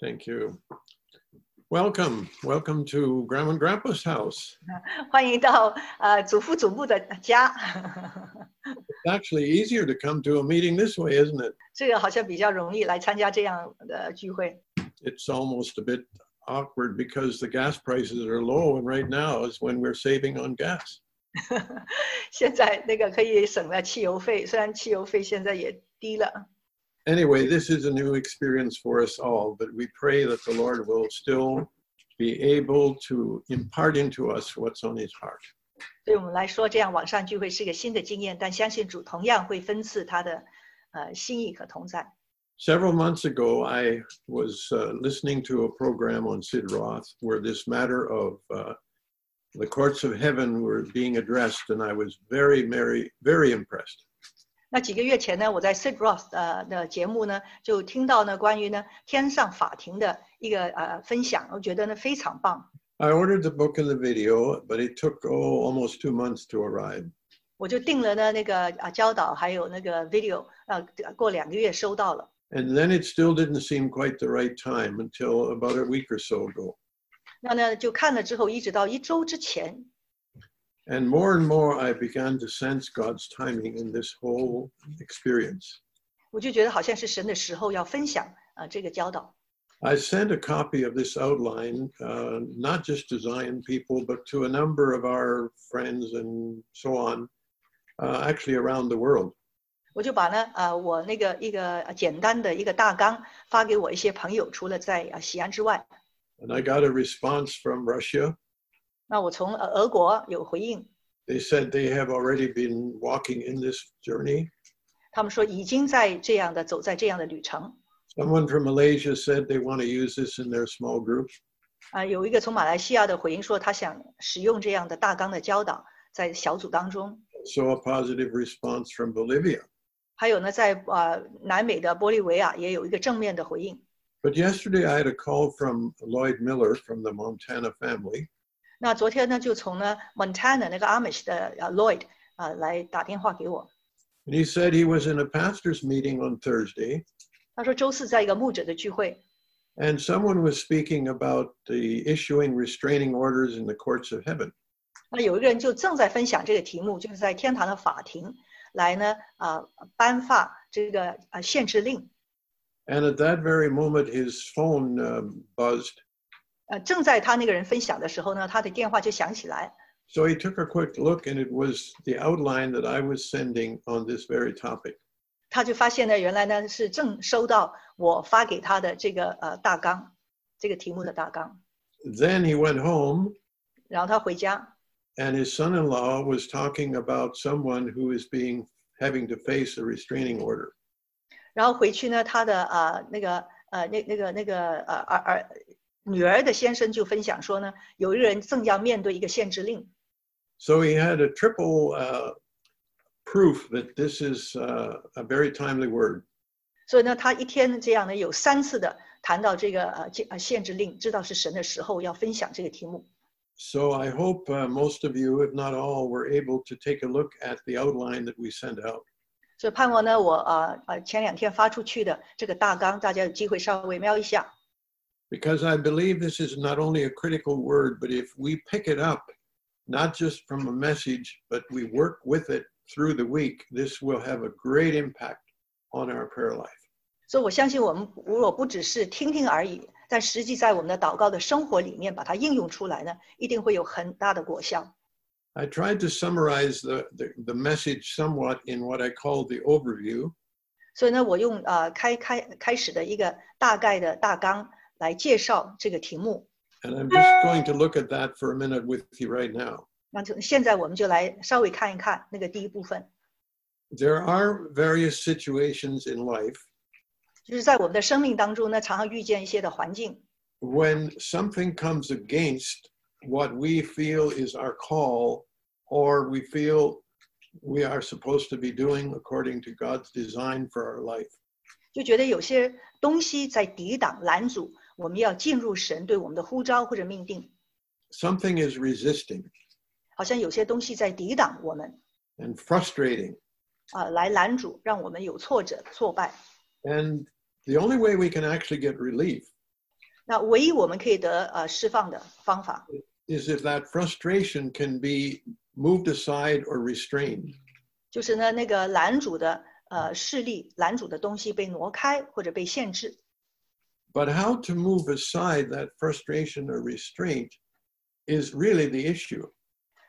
Thank you. Welcome, welcome to Grandma and Grandpa's house. 欢迎到呃祖父祖母的家， It's actually easier to come to a meeting this way, isn't it? 这个好像比较容易来参加这样的聚会。 It's almost a bit awkward because the gas prices are low and right now is when we're saving on gas. 现在那个可以省了汽油费，虽然汽油费现在也低了。 Anyway, this is a new experience for us all, but we pray that the Lord will still be able to impart into us what's on his heart. 对我们来说，这样网上聚会是一个新的经验，但相信主同样会分赐他的呃心意和同在。 Several months ago, I was uh, listening to a program on Sid Roth where this matter of uh, the courts of heaven were being addressed, and I was very, very, very impressed. 那几个月前呢，我在 Sid Roth 呃的节目呢，就听到呢关于呢天上法庭的一个呃分享，我觉得呢非常棒。 I ordered the book and the video, but it took oh, almost two months to arrive. 我就订了呢那个啊教导还有那个 video，呃过两个月收到了。 And then it still didn't seem quite the right time until about a week or so ago. 那呢就看了之后，一直到一周之前， And more and more, I began to sense God's timing in this whole experience. 我就觉得好像是神的时候要分享啊、呃这个教导。 I sent a copy of this outline, uh, not just to Zion people, but to a number of our friends and so on, uh, actually around the world. 我就把呢啊、呃我那个一个呃简单的一个大纲发给我一些朋友，除了在啊西安之外， And I got a response from Russia. 那我从呃俄国有回应， They said they have already been walking in this journey. 他们说已经在这样的走在这样的旅程 Someone from Malaysia said they want to use this in their small group. 啊、有一个从马来西亚的回应说他想使用这样的大纲的教导在小组当中， So a positive response from Bolivia. 还有呢在啊、呃南美的玻利维亚也有一个正面的回应。 But yesterday I had a call from Lloyd Miller from the Montana family. 那昨天呢，就从呢 Montana 那个 Amish 的呃 Lloyd 啊、呃来打电话给我， And he said he was in a pastor's meeting on Thursday 他说周四在一个牧者的聚会， and someone was speaking about the issuing restraining orders in the courts of heaven. 那有一个人就正在分享这个题目，就是在天堂的法庭来呢啊、呃颁发这个呃限制令， And at that very moment, his phone um, buzzed. 呃正在他那个人分享的时候呢，他的电话就响起来， So he took a quick look, and it was the outline that I was sending on this very topic. 他就发现呢原来呢是正收到我发给他的这个呃大纲，这个题目的大纲， Then he went home, 然后他回家， and his son in law was talking about someone who is being having to face a restraining order. 然后回去呢，他的啊、呃那个呃那那个那个呃儿儿女儿的先生就分享说呢，有一个人正要面对一个限制令， So he had a triple uh, proof that this is uh, a very timely word. 所以呢，他一天这样呢有三次的谈到这个呃这呃限制令，知道是神的时候要分享这个题目。 So I hope uh, most of you, if not all, were able to take a look at the outline that we sent out. 所以盼望呢，我啊呃前两天发出去的这个大纲，大家有机会稍微瞄一下， Because I believe this is not only a critical word, but if we pick it up, not just from a message, but we work with it through the week, this will have a great impact on our prayer life. 所以我相信我们如果不只是听听而已，但实际在我们的祷告的生活里面把它应用出来呢，一定会有很大的果效。 I tried to summarize the, the, the message somewhat in what I called the overview. 所以呢，我用呃开开开始的一个大概的大纲来介绍这个题目。 And I'm just going to look at that for a minute with you right now. 那就现在我们就来稍微看一看那个第一部分， There are various situations in life 就是在我们的生命当中呢，常常遇见一些的环境， when something comes against what we feel is our call or we feel we are supposed to be doing according to God's design for our life. 就觉得有些东西在抵挡、拦阻我们要进入神对我们的呼召或者命定， Something is resisting 好像有些东西在抵挡我们 and frustrating. 啊、来拦阻，让我们有挫折、挫败。 And The only way we can actually get relief 那唯一我们可以得呃释放的方法， is if that frustration can be moved aside or restrained. 就是呢那个拦阻的呃势力、拦阻的东西被挪开或者被限制。 But how to move aside that frustration or restraint is really the issue.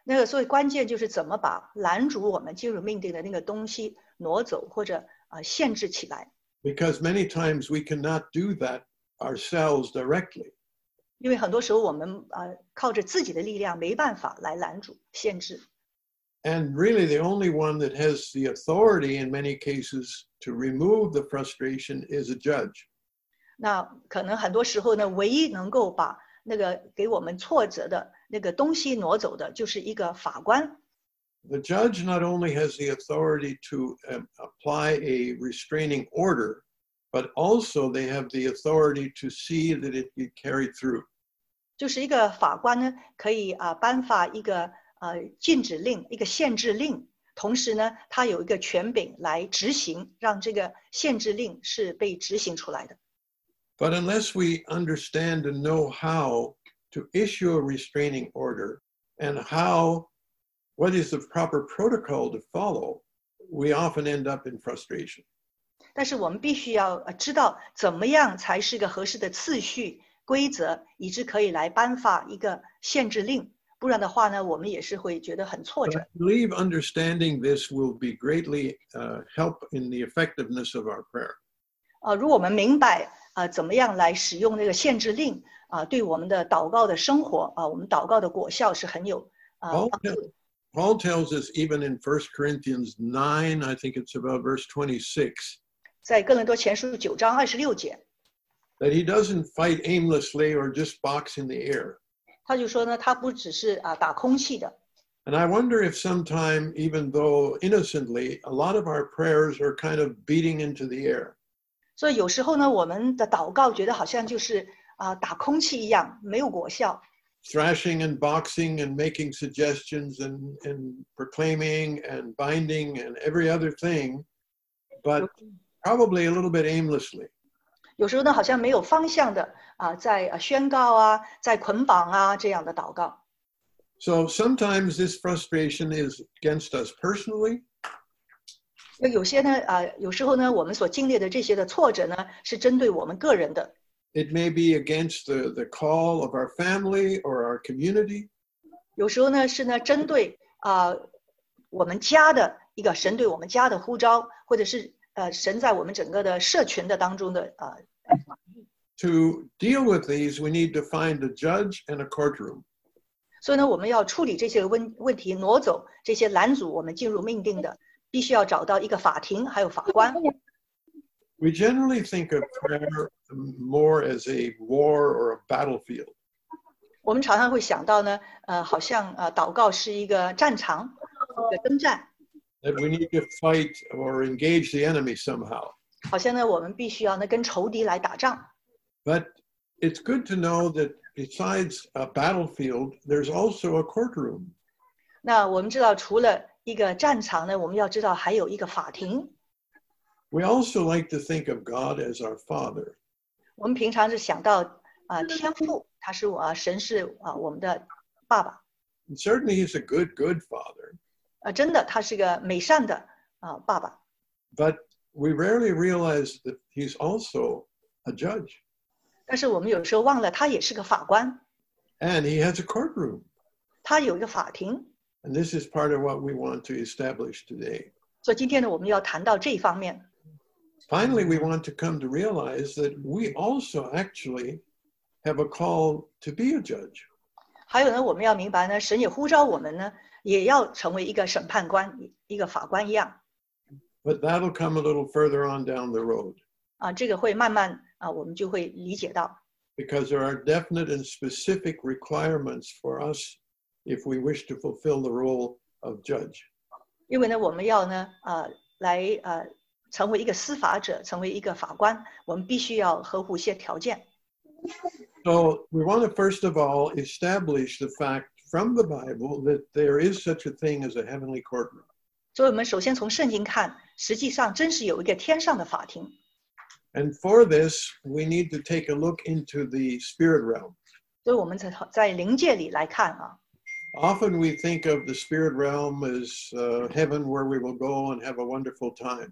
那个所以关键就是怎么把拦阻我们进入命定的那个东西挪走或者呃限制起来， Because many times we cannot do that ourselves directly. 因为很多时候我们呃靠着自己的力量没办法来拦阻限制。 And really, the only one that has the authority in many cases to remove the frustration is a judge. 那可能很多时候呢，唯一能够把那个给我们挫折的那个东西挪走的，就是一个法官。 The judge not only has the authority to um, apply a restraining order, but also they have the authority to see that it get carried through. 就是一个法官呢，可以啊、颁发一个呃禁止令、一个限制令，同时呢，他有一个权柄来执行，让这个限制令是被执行出来的。 But unless we understand and know how to issue a restraining order and how, what is the proper protocol to follow, we often end up in frustration. 但是我们必须要呃知道怎么样才是个合适的次序规则，以致可以来颁发一个限制令，不然的话呢，我们也是会觉得很挫 But 折 I。believe understanding this will be greatly uh, help in the effectiveness of our prayer. 呃，如果我们明白呃怎么样来使用那个限制令啊、呃对我们的祷告的生活啊、呃我们祷告的果效是很有啊、呃 Paul, 帮 te- 助的。 Paul tells us even in 1 Corinthians 9, I think it's about verse 26, 在哥伦多前书九章二十六节， that he doesn't fight aimlessly or just box in the air. 他就说呢，他不只是啊、打空气的， And I wonder if sometime, even though innocently, a lot of our prayers are kind of beating into the air. 所以有时候呢，我们的祷告觉得好像就是啊、打空气一样，没有果效。 Thrashing and boxing and making suggestions and, and proclaiming and binding and every other thing, but probably a little bit aimlessly. 有时候呢，好像没有方向的啊、在呃宣告啊，在捆绑啊这样的祷告。 So sometimes this frustration is against us personally, 那有些呢，啊、有时候呢，我们所经历的这些的挫折呢，是针对我们个人的， it may be against the, the call of our family or our community, 有时候呢是呢针对啊、我们家的一个神对我们家的呼召，或者是呃神在我们整个的社群的当中的呃， to deal with these, we need to find a judge and a courtroom. 所以呢我们要处理这些问问题，挪走这些拦阻我们进入命定的，必须要找到一个法庭还有法官。 We generally think of prayer more as a war or a battlefield. 我们常常会想到呢，呃，好像呃祷告是一个战场，一个征战， That we need to fight or engage the enemy somehow. 好像呢我们必须要呢跟仇敌来打仗。 But it's good to know that besides a battlefield, there's also a courtroom. 那我们知道，除了一个战场呢，我们要知道还有一个法庭。 We also like to think of God as our Father. 我们平常是想到啊、呃天父，他是我神是啊、呃我们的爸爸啊、 And certainly, He's a good, good Father. 呃真的他是个美善的啊、呃爸爸。 But we rarely realize that He's also a judge 但是我们有时候忘了，他也是个法官， and He has a courtroom. 他有一个法庭。 And this is part of what we want to establish today. 所以今天呢，我们要谈到这一方面。 Finally, we want to come to realize that we also actually have a call to be a judge. 还有呢，我们要明白呢，神也呼召我们呢，也要成为一个审判官，一个法官一样 But that'll come a little further on down the road 啊、这个会慢慢啊、我们就会理解到， because there are definite and specific requirements for us if we wish to fulfill the role of judge. 因为呢，我们要呢啊、来呃成为一个司法者，成为一个法官，我们必须要合乎一些条件。 So, we want to first of all establish the fact from the Bible that there is such a thing as a heavenly courtroom. 所以，我们首先从圣经看，实际上真是有一个天上的法庭。 And for this, we need to take a look into the spirit realm. 所以我们在在灵界里来看啊， Often we think of the spirit realm as uh, heaven where we will go and have a wonderful time.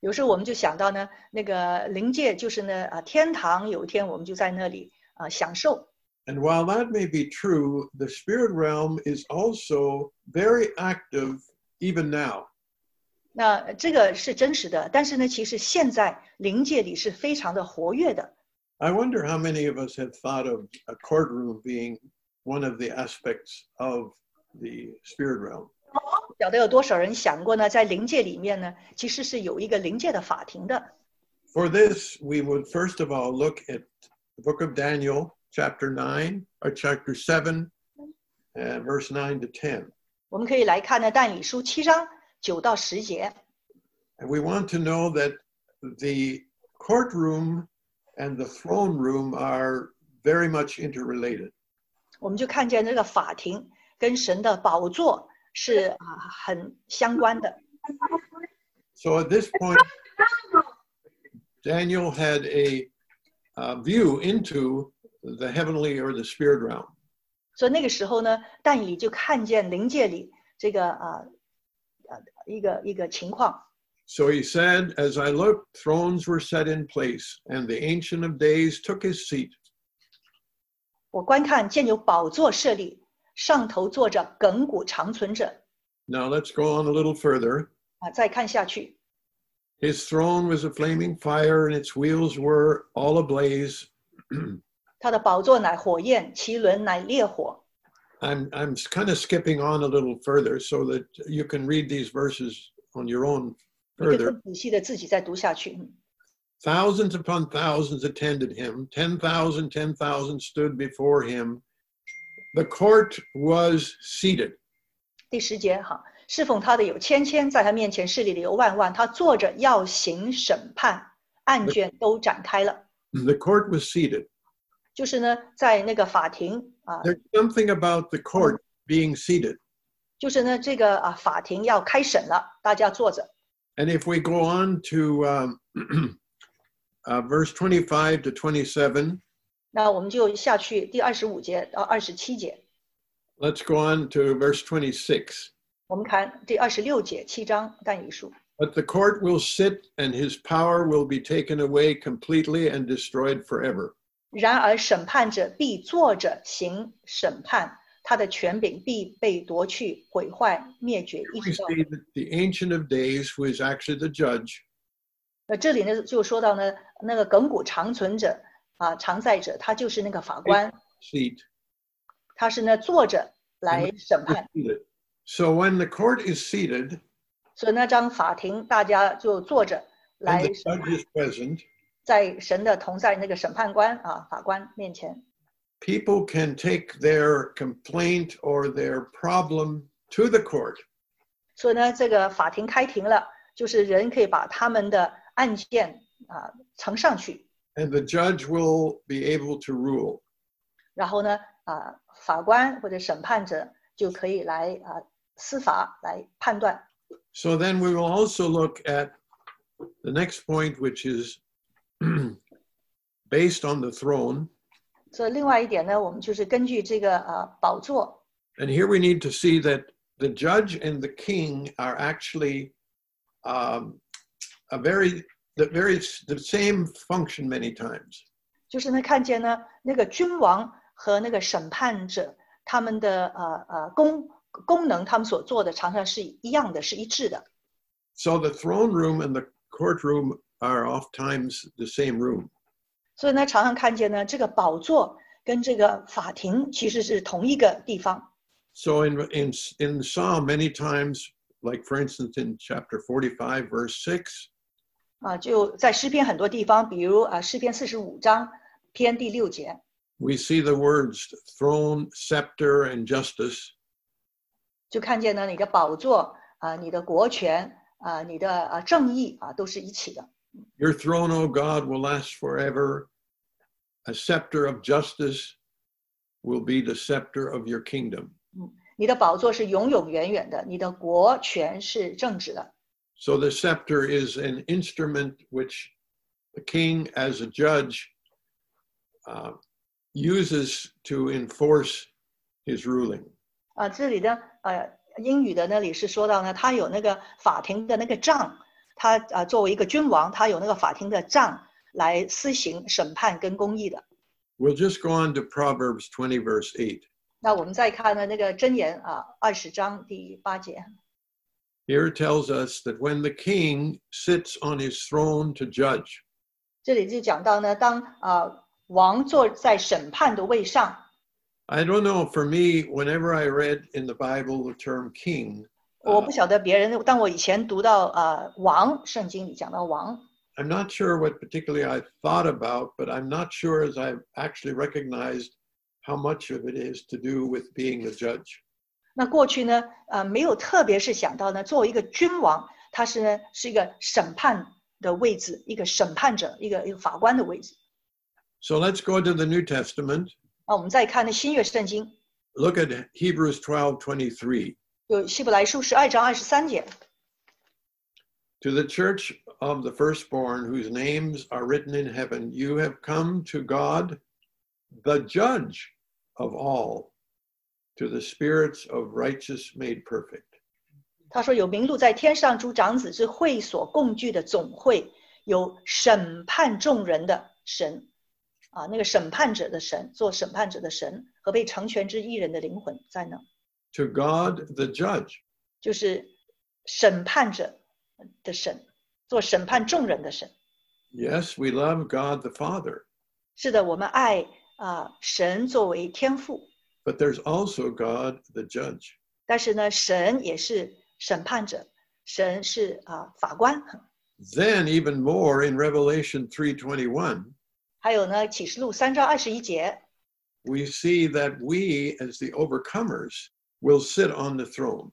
有时候我们就想到呢，那个灵界就是呢啊天堂，有一天我们就在那里啊享受。 And while that may be true, the spirit realm is also very active even now. 那这个是真实的，但是呢，其实现在灵界里是非常的活跃的。 I wonder how many of us have thought of a courtroom being one of the aspects of the spirit realm. 不晓得有多少人想过呢，在灵界里面呢，其实是有一个灵界的法庭的。 For this, we would first of all look at the book of Daniel, chapter 9, or chapter 7, uh, verse 9 to 10. 我们可以来看呢，《但以书》七章九到十节。 And we want to know that the courtroom and the throne room are very much interrelated. 我们就看见这个法庭跟神的宝座是啊很相关的。 So at this point, Daniel had a uh, view into the heavenly or the spirit realm. 所以那个时候呢，但以就看见灵界里这个啊呃一个一个情况。 So he said, As I looked, thrones were set in place, and the Ancient of Days took his seat. 我观看见有宝座设立，上头坐着亘古长存者 Now let's go on a little further. 啊。再看下去， His throne was a flaming fire, and its wheels were all ablaze. 他的宝座乃火焰，其轮乃烈火。 I'm, I'm kind of skipping on a little further so that you can read these verses on your own 你可以 further. 更仔细的自己再读下去。嗯 Thousands upon thousands attended him. 10,000, 10,000 stood before him. The court was seated. 第十节哈，侍奉他的有千千，在他面前势力的有万万，他坐着要行审判，案卷都展开了。 The court was seated. 就是呢，在那个法庭啊， There's something about the court being seated. 就是呢这个啊法庭要开审了，大家坐着。 And if we go on to um, uh, verse 25 to 27, 那我们就下去第二十五节到二十七节， let's go on to verse 26. 我们看第二十六节七章但以书。 But the court will sit, and his power will be taken away completely and destroyed forever. 然而审判者必坐着行审判，他的权柄必被夺去、毁坏、灭绝，一 We 直到 see that the Ancient of Days, who is actually the judge, 那这里呢就说到呢那个亘古长存者啊常在者，他就是那个法官， seat. 他是呢坐着来审判， seated. So when the court is seated 所以那张法庭大家就坐着 and 来 the 审 judge 判， is present, 在神的同在那个审判官啊法官面前， people can take their complaint or their problem to the court. 所以呢这个法庭开庭了，就是人可以把他们的案件啊呈上去， and the judge will be able to rule. 然后呢啊法官或者审判者就可以来啊司法来判断。 So then we will also look at the next point, which is based on the throne. 所以另外一点呢，我们就是根据这个呃宝座 And here we need to see that the judge and the king are actually um, a very the very the same function many times. 就是呢，看见呢那个君王和那个审判者他们的呃呃功功能，他们所做的常常是一样的，是一致的。 So the throne room and the courtroom are oftentimes the same room. 所以呢，常常看见呢这个宝座跟这个法庭其实是同一个地方。 So in in in Psalm, many times, like for instance in chapter 45, verse 6, 啊，就在诗篇很多地方，比如啊诗篇四十五章篇第六节， we see the words throne, scepter, and justice. 就看见呢你的宝座啊，你的国权啊，你的啊正义啊，都是一起的。 Your throne, O God, will last forever. A scepter of justice will be the scepter of your kingdom. 你的宝座是永永远远的，你的国权是正直的。 So the scepter is an instrument which the king as a judge uh, uses to enforce his ruling. 啊，这里的呃英语的那里是说到呢，他有那个法庭的那个杖，他啊作为一个君王，他有那个法庭的杖来施行审判跟公义的。 We'll just go on to Proverbs 20, verse 8. 那我们再看呢那个箴言啊二十章第八节， Here it tells us that when the king sits on his throne to judge, 这里就讲到呢，当啊王坐在审判的位上， I don't know, for me, whenever I read in the Bible the term king, uh, 我嗯不晓得别人，但我以前读到呃王圣经里讲到王， I'm not sure what particularly I thought about, but I'm not sure as I've actually recognized how much of it is to do with being a judge. 那过去呢呃没有特别是想到呢，作为一个君王，他是呢是一个审判的位置，一个审判者，一个一个法官的位置。 So let's go to the New Testament. 那我们再看呢新约圣经， Look at Hebrews 12 23. 有希伯来书十二章二十三节， To the church of the firstborn, whose names are written in heaven, you have come to God, the judge of all, to the spirits of righteous made perfect. 他说有名录在天上诸长子之会所共聚的总会，有审判众人的神，啊，那个审判者的神，做审判者的神和被成全之一人的灵魂在那， To God, the judge. 就是审判者的神，做审判众人的神。 Yes, we love God the Father, 是的，我们爱啊、神作为天父， but there's also God the judge. 但是呢，神也是审判者，神是啊、法官。 Then even more in Revelation 3:21, 还有呢，启示录三章二十一节 we see that we as the overcomers will sit on the throne.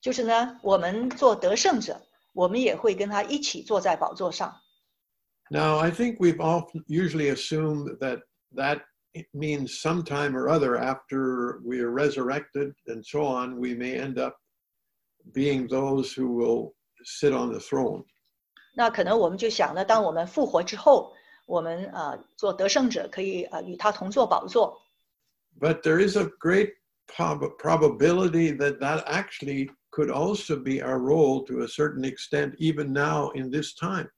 就是呢，我们做得胜者，我们也会跟他一起坐在宝座上。 Now, I think we've often usually assumed that that means sometime or other after we are resurrected and so on, we may end up being those who will sit on the throne. 那可能我们就想呢，当我们复活之后，我们呃做得胜者可以呃与他同坐宝座。 But there is a great prob- probability that that actually could also be our role to a certain extent, even now in this time.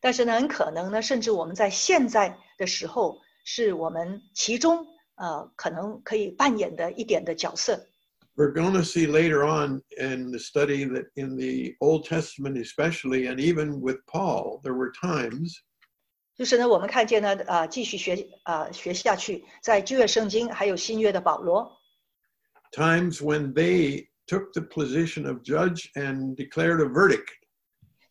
但是呢，很可能呢，甚至我们在现在的时候，是我们其中呃可能可以扮演的一点的角色。 We're going to see later on in the study that in the Old Testament, especially, and even with Paul, there were times 就是呢，我们看见呢，呃，继续学呃学下去，在旧约圣经还有新约的保罗， times when they took the position of judge and declared a verdict.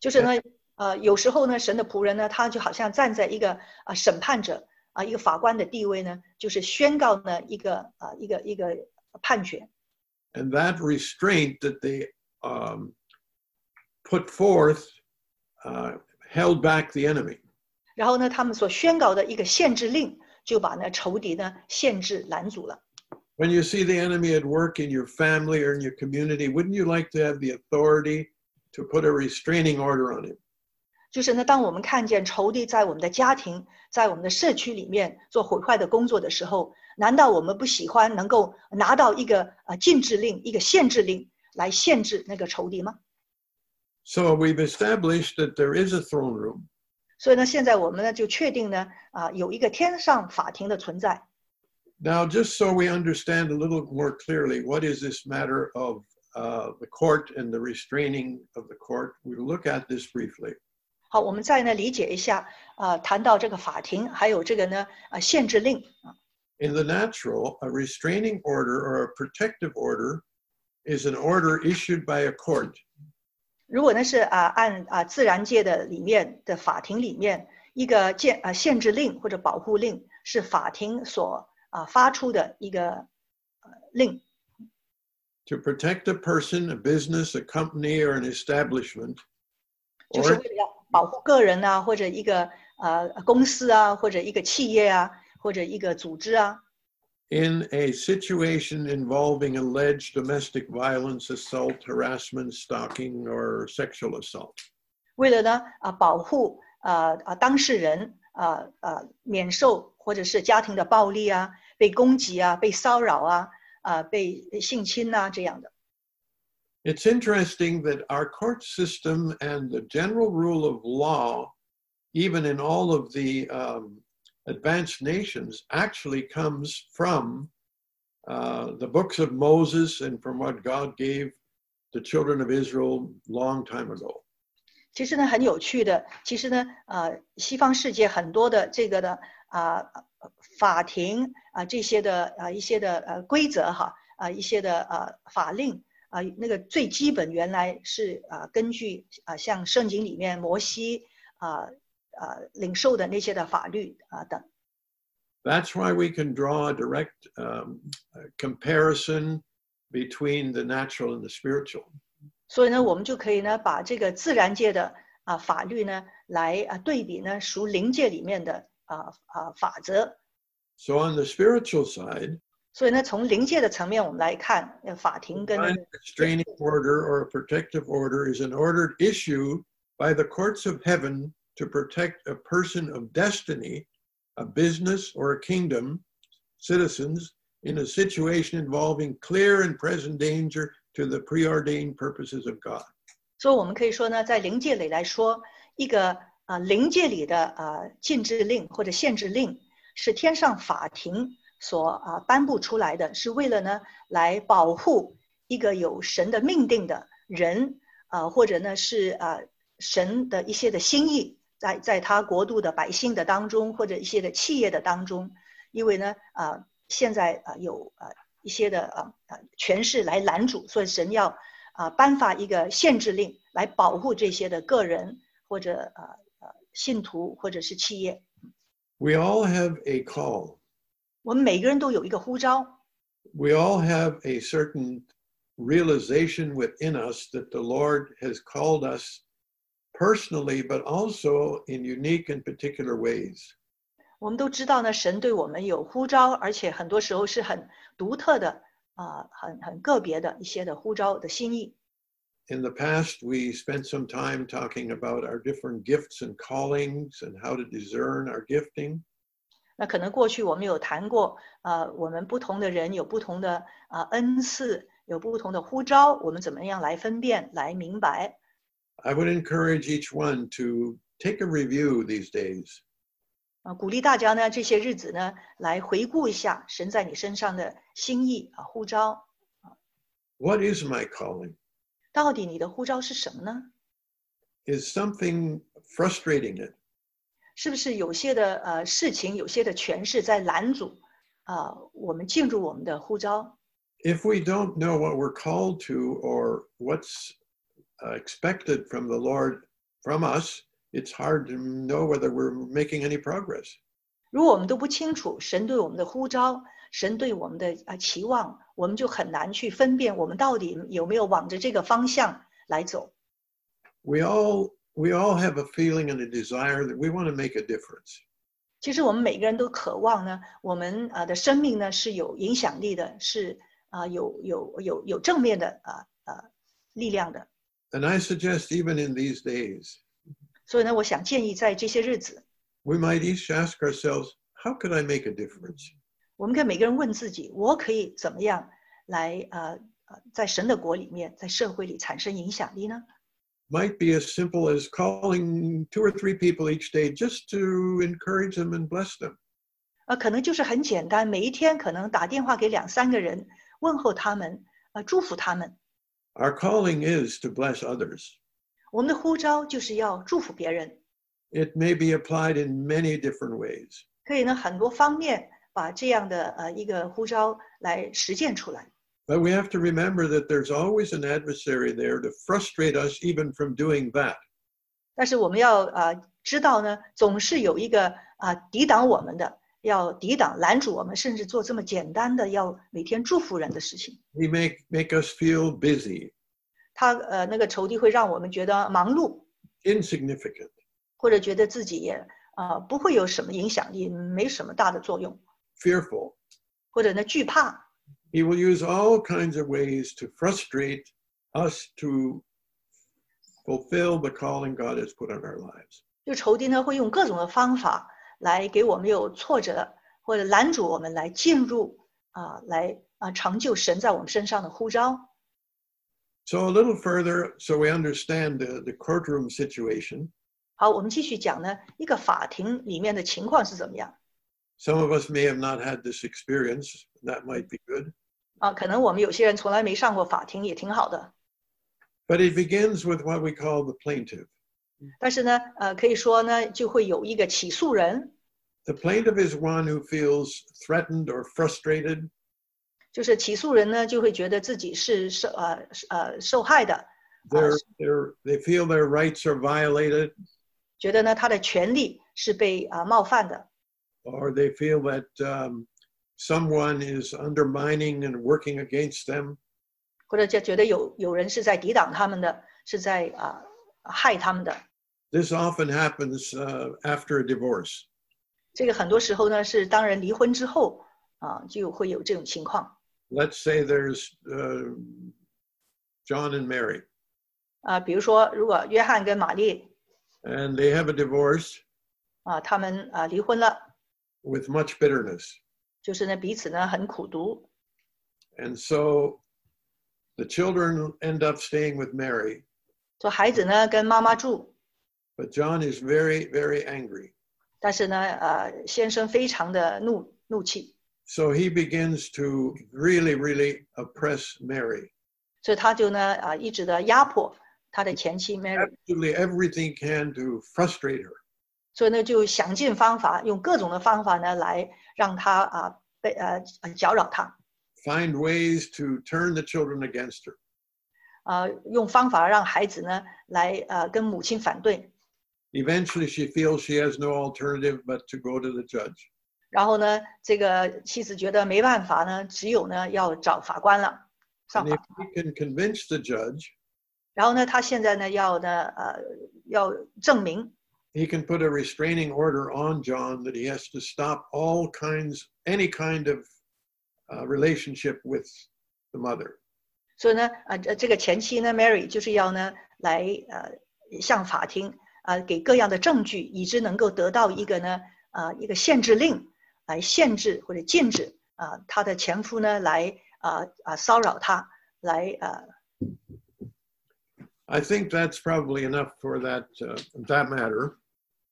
就是呢，呃，有时候呢，神的仆人呢，他就好像站在一个啊、呃审判者啊、一个法官的地位呢，就是宣告呢一个啊、一个一个判决。 And that restraint that they um, put forth uh, held back the enemy. 然后呢，他们所宣告的一个限制令，就把呢仇敌呢限制拦阻了。 When you see the enemy at work in your family or in your community, wouldn't you like to have the authority to put a restraining order on him? 就是呢，当我们看见仇敌在我们的家庭、在我们的社区里面做毁坏的工作的时候，难道我们不喜欢能够拿到一个呃禁制令、一个限制令来限制那个仇敌吗？ So we've established that there is a throne room. 所以呢，现在我们呢就确定呢，啊、有一个天上法庭的存在。 Now, just so we understand a little more clearly, what is this matter of uh, the court and the restraining of the court? We'll look at this briefly. 好，我们再呢理解一下，啊，谈到这个法庭，还有这个呢，啊，限制令。 In the natural, a restraining order or a protective order is an order issued by a court. 如果呢是啊按啊自然界的里面的法庭里面一个限啊限制令或者保护令是法庭所啊发出的一个呃令， to protect a person, a business, a company, or an establishment, 就是为 or 了要保护个人啊或者一个呃公司啊或者一个企业啊或者一个组织啊， in a situation involving alleged domestic violence, assault, harassment, stalking, or sexual assault. 为了呢啊保护呃呃当事人呃呃免受或者是家庭的暴力啊、被攻击啊、被骚扰啊、啊被性侵啊这样的。 It's interesting that our court system and the general rule of law, even in all of the um, advanced nations, actually comes from uh, the books of Moses and from what God gave the children of Israel long time ago. 其实呢，很有趣的。其实呢，呃，西方世界很多的这个的啊、呃法庭啊、这些的啊、一些的呃规则哈啊、一些的呃法令啊、那个最基本原来是啊、根据啊、像圣经里面摩西啊啊、领受的那些的法律啊、等。 That's why we can draw a direct um, uh, comparison between the natural and the spiritual. 所以呢，我们就可以呢把这个自然界的啊、法律呢来啊对比呢属灵界里面的啊啊、法则。 So, on the spiritual side, 所以呢，从灵界的层面我们来看，呃，法庭跟 One restraining order or a protective order is an order issued by the courts of heaven to protect a person of destiny, a business, or a kingdom, citizens, in a situation involving clear and present danger to the preordained purposes of God. 所以我们可以说呢，在灵界里来说，一个啊、呃、灵界里的啊、呃、禁制令或者限制令，是天上法庭所啊、颁布出来的，是为了呢来保护一个有神的命定的人啊、呃或者呢是啊、神的一些的心意，在在他国度的百姓的当中，或者一些的企业的当中，因为呢啊、现在啊、有啊、一些的啊啊权势来拦阻，所以神要啊、颁发一个限制令来保护这些的个人或者啊啊信徒或者是企业。 We all have a call, 我们每个人都有一个呼召， we all have a certain realization within us that the Lord has called us personally, but also in unique and particular ways. 我们都知道呢，神对我们有呼召，而且很多时候是很独特的啊、很很个别的一些的呼召的心意。 In the past, we spent some time talking about our different gifts and callings and how to discern our gifting. 那可能过去我们有谈过，呃，我们不同的人有不同的啊、恩赐，有不同的呼召，我们怎么样来分辨、来明白？ I would encourage each one to take a review these days. 啊，鼓励大家呢，这些日子呢，来回顾一下神在你身上的心意啊，呼召， What is my calling? 到底你的呼召是什么呢？ Is something frustrating it? 是不是有些的呃事情，有些的权势在拦阻啊、我们进入我们的呼召？ If we don't know what we're called to or what's uh, expected from the Lord from us, it's hard to know whether we're making any progress. 如果我们都不清楚神对我们的呼召，神对我们的啊期望，我们就很难去分辨我们到底有没有往着这个方向来走。 We all we all have a feeling and a desire that we want to make a difference. 其实我们每个人都渴望呢，我们啊的生命呢是有影响力的，是啊有有有有正面的啊啊力量的。 And I suggest even in these days, 所以呢，我想建议在这些日子， we might each ask ourselves, how could I make a difference? 我们跟每个人问自己：我可以怎么样来呃呃，在神的国里面，在社会里产生影响力呢？ Might be as simple as calling two or three people each day just to encourage them and bless them. 呃，可能就是很简单，每一天可能打电话给两三个人，问候他们，呃，祝福他们。 Our calling is to bless others. 我们的呼召就是要祝福别人， It may be applied in many different ways. 可以呢很多方面把这样的呃一个呼召来实践出来。 But we have to remember that there's always an adversary there to frustrate us even from doing that. 但是我们要呃知道呢，总是有一个啊、抵挡我们的，要抵挡拦阻我们，甚至做这么简单的要每天祝福人的事情。 He make make us feel busy, 他呃那个仇敌会让我们觉得忙碌， insignificant, 或者觉得自己也呃不会有什么影响力，没什么大的作用， fearful. 或者呢惧怕， He will use all kinds of ways to frustrate us to fulfill the calling God has put on our lives. 就就仇敌呢会用各种的方法来给我们有挫折，或者拦阻我们来进入啊、来啊、成就神在我们身上的呼召。 So a little further, so we understand the, the courtroom situation. 好，我们继续讲呢，一个法庭里面的情况是怎么样 Some of us may have not had this experience. That might be good. 啊？可能我们有些人从来没上过法庭，也挺好的。 But it begins with what we call the plaintiff. 但是呢，呃，可以说呢，就会有一个起诉人， The plaintiff is one who feels threatened or frustrated 就是起诉人呢就会觉得自己是受呃是呃受害的， they're, they're, they feel their rights are violated 觉得呢他的权利是被啊、呃冒犯的， or they feel that um, someone is undermining and working against them 或者就觉得有有人是在抵挡他们的，是在啊、呃害他们的。 this often happens uh, after a divorce 这个很多时候呢是当人离婚之后啊、就会有这种情况 let's say there's uh, john and mary 啊、比如说，如果约翰跟玛丽 and they have a divorce 啊、他们啊、离婚了， with much bitterness 就是呢彼此呢很苦读， and so the children end up staying with mary 说孩子呢跟妈妈住， but john is very very angry 但是呢呃先生非常的怒怒气， so he begins to really really oppress mary 所以他就呢啊、一直的压迫他的前妻 Mary， absolutely everything he can to frustrate her. 所以呢就想尽方法，用各种的方法呢来让他啊、被呃呃搅扰他， Find ways to turn the children against her. 啊、用方法让孩子呢来呃跟母亲反对， Eventually, she feels she has no alternative but to go to the judge. 然后呢这个妻子觉得没办法呢，只有呢要找法官了，上 And 法 if she can convince the judge, 然后呢，他现在呢要呢呃要证明， he can put a restraining order on John that he has to stop all kinds, any kind of uh, relationship with the mother. 所以呢呃这这个前妻呢 Mary 就是要呢来呃向法庭啊、呃、给各样的证据，以致能够得到一个呢呃一个限制令来限制或者禁止啊、呃、她的前夫呢来啊啊、呃骚扰她，来呃 I think that's probably enough for that uh, that matter.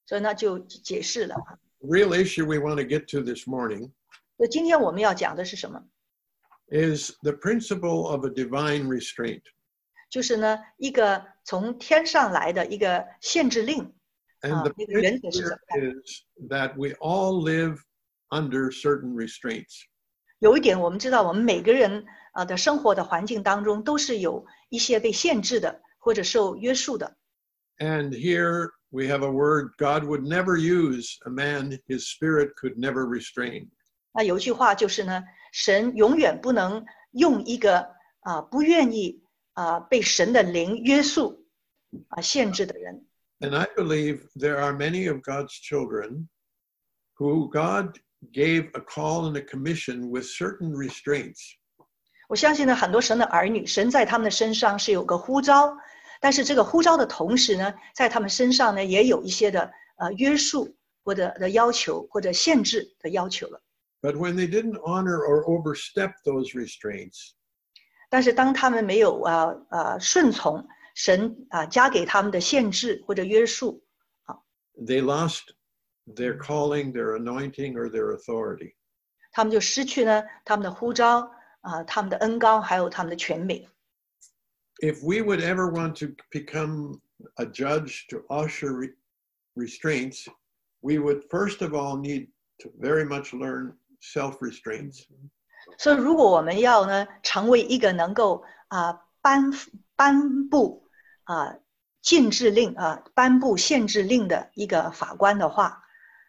所以呢就解释了。 The real issue we want to get to this morning 那今天我们要讲的是什么？ is the principle of a divine restraint. 就是呢一个从天上来的一个限制令 And Ah, the maybe principle Lentils is here is that we all live under certain restraints. 有一点，我们知道，我们每个人啊的生活的环境当中，都是有一些被限制的或者受约束的。 And here we have a word God would never use a man his spirit could never restrain. 那有一句话就是呢，神永远不能用一个啊不愿意啊被神的灵约束啊限制的人。 And I believe there are many of God's children who God gave a call and a commission with certain restraints. 我相信呢，很多神的儿女，神在他们的身上是有个呼召，但是这个呼召的同时呢，在他们身上呢也有一些的呃约束或者的要求或者限制的要求了。 But when they didn't honor or overstep those restraints, 但是当他们没有啊啊顺从神啊加给他们的限制或者约束， they lost their calling, their anointing, or their authority. 他们就失去呢他们的呼召啊、他们的恩高，还有他们的权柄。 If we would ever want to become a judge to usher re- restraints, we would first of all need to very much learn self restraints. 所以，如果我们要呢成为一个能够啊、颁颁布啊、禁制令啊、颁布限制令的一个法官的话，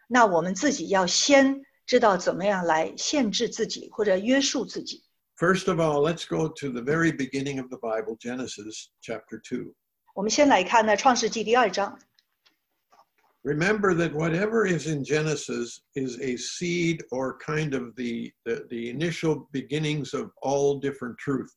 那我们自己要先知道怎么样来限制自己或者约束自己。 First of all, let's go to the very beginning of the Bible, Genesis chapter 2. 我们先来看呢《创世纪》第二章。 Remember that whatever is in Genesis is a seed or kind of the, the, the initial beginnings of all different truth.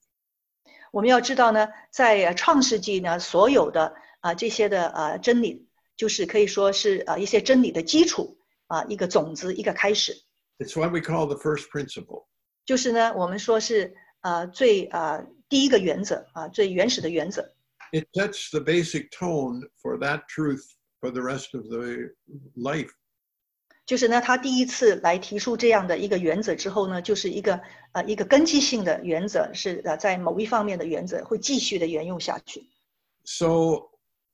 我们要知道呢，在呃创世纪呢，所有的啊、这些的呃真理就是可以说是呃一些真理的基础啊、一个种子，一个开始。 It's what we call the first principle. 就是呢，我们说是呃最呃第一个原则啊、最原始的原则， It sets the basic tone for that truth for the rest of the life. 就是呢，他第一次来提出这样的一个原则之后呢，就是一个呃一个根基性的原则，是呃在某一方面的原则会继续的沿用下去。 So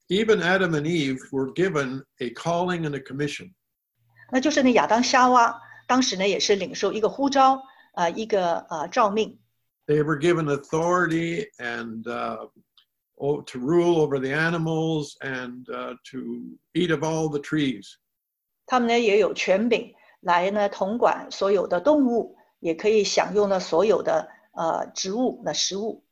even Adam and Eve were given a calling and a commission. 那就是呢，亚当夏娃当时呢也是领受一个呼召，呃一个呃诏命， They were given authority and uh, oh, to rule over the animals and uh, to eat of all the trees. 他们呢也有权柄来呢统管所有的动物，也可以享用呢所有的呃植物的食物。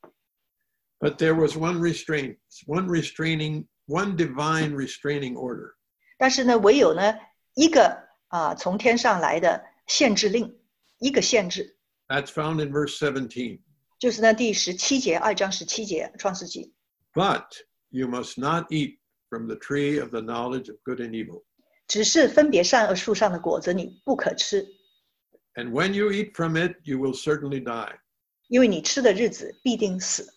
But there was one restraint, one restraining, one divine restraining order. 但是呢，唯有呢一个啊、从天上来的限制令，一个限制， That's found in verse 17. 就是呢第十七节，二章十七节，《创世纪》。 But you must not eat from the tree of the knowledge of good and evil. 只是分别善恶树上的果子你不可吃， And when you eat from it, you will certainly die. 因为你吃的日子必定死。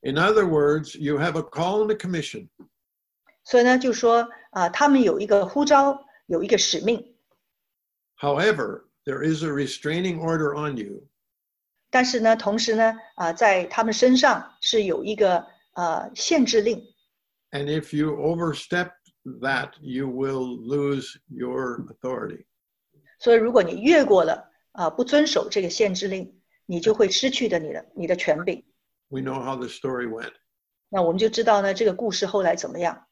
In other words, you have a call and a commission. 所以呢，就说啊、他们有一个呼召，有一个使命， However, there is a restraining order on you 但是呢，同时呢，啊、在他们身上是有一个呃限制令， And if you overstep that, you will lose your authority. 所以如果你越过了啊、不遵守这个限制令，你就会失去的你的你的权柄。 We know how the story went. 那我们就知道呢，这个故事后来怎么样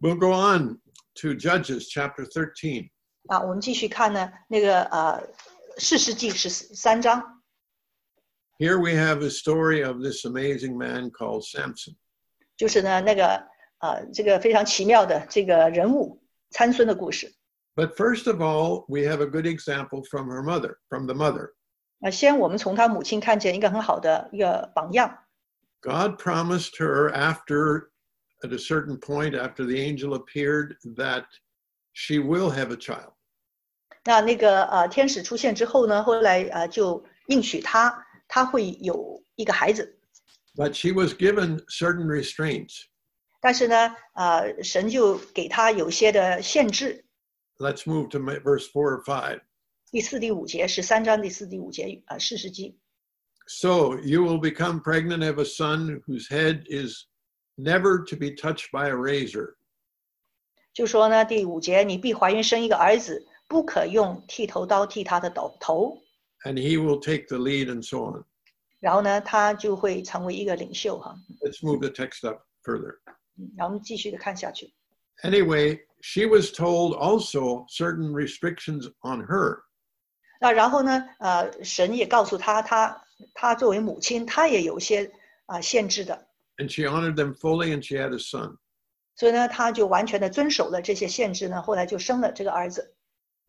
We'll go on to Judges chapter 13. 啊？我们继续看呢，那个呃，《四世纪》十三章， Here we have the story of this amazing man called Samson. 就是呢那个呃这个非常奇妙的这个人物参孙的故事。 But first of all, we have a good example from her mother, from the mother. 那先我们从他母亲看见一个很好的一个榜样， God promised her after, at a certain point, after the angel appeared, that she will have a child. 那那个呃天使出现之后呢，后来呃就应许他他会有一个孩子， But she was given certain restraints. 但是呢呃神就给他有些的限制。 Let's move to ma- verse four or five. 第四、第五节，十三章第四、第五节，呃，四世纪 So you will become pregnant of a son whose head is never to be touched by a razor. 就说呢，第五节，你必怀孕生一个儿子，不可用剃头刀剃他的头头， And he will take the lead and so on. 然后呢，他就会成为一个领袖哈。 Let's move the text up further. 嗯然后我们继续的看下去。 Anyway, she was told also certain restrictions on her. 那然后呢，呃，神也告诉他，他他作为母亲，他也有一些啊、呃限制的， And she honored them fully and she had a son. 所以呢，他就完全的遵守了这些限制呢，后来就生了这个儿子。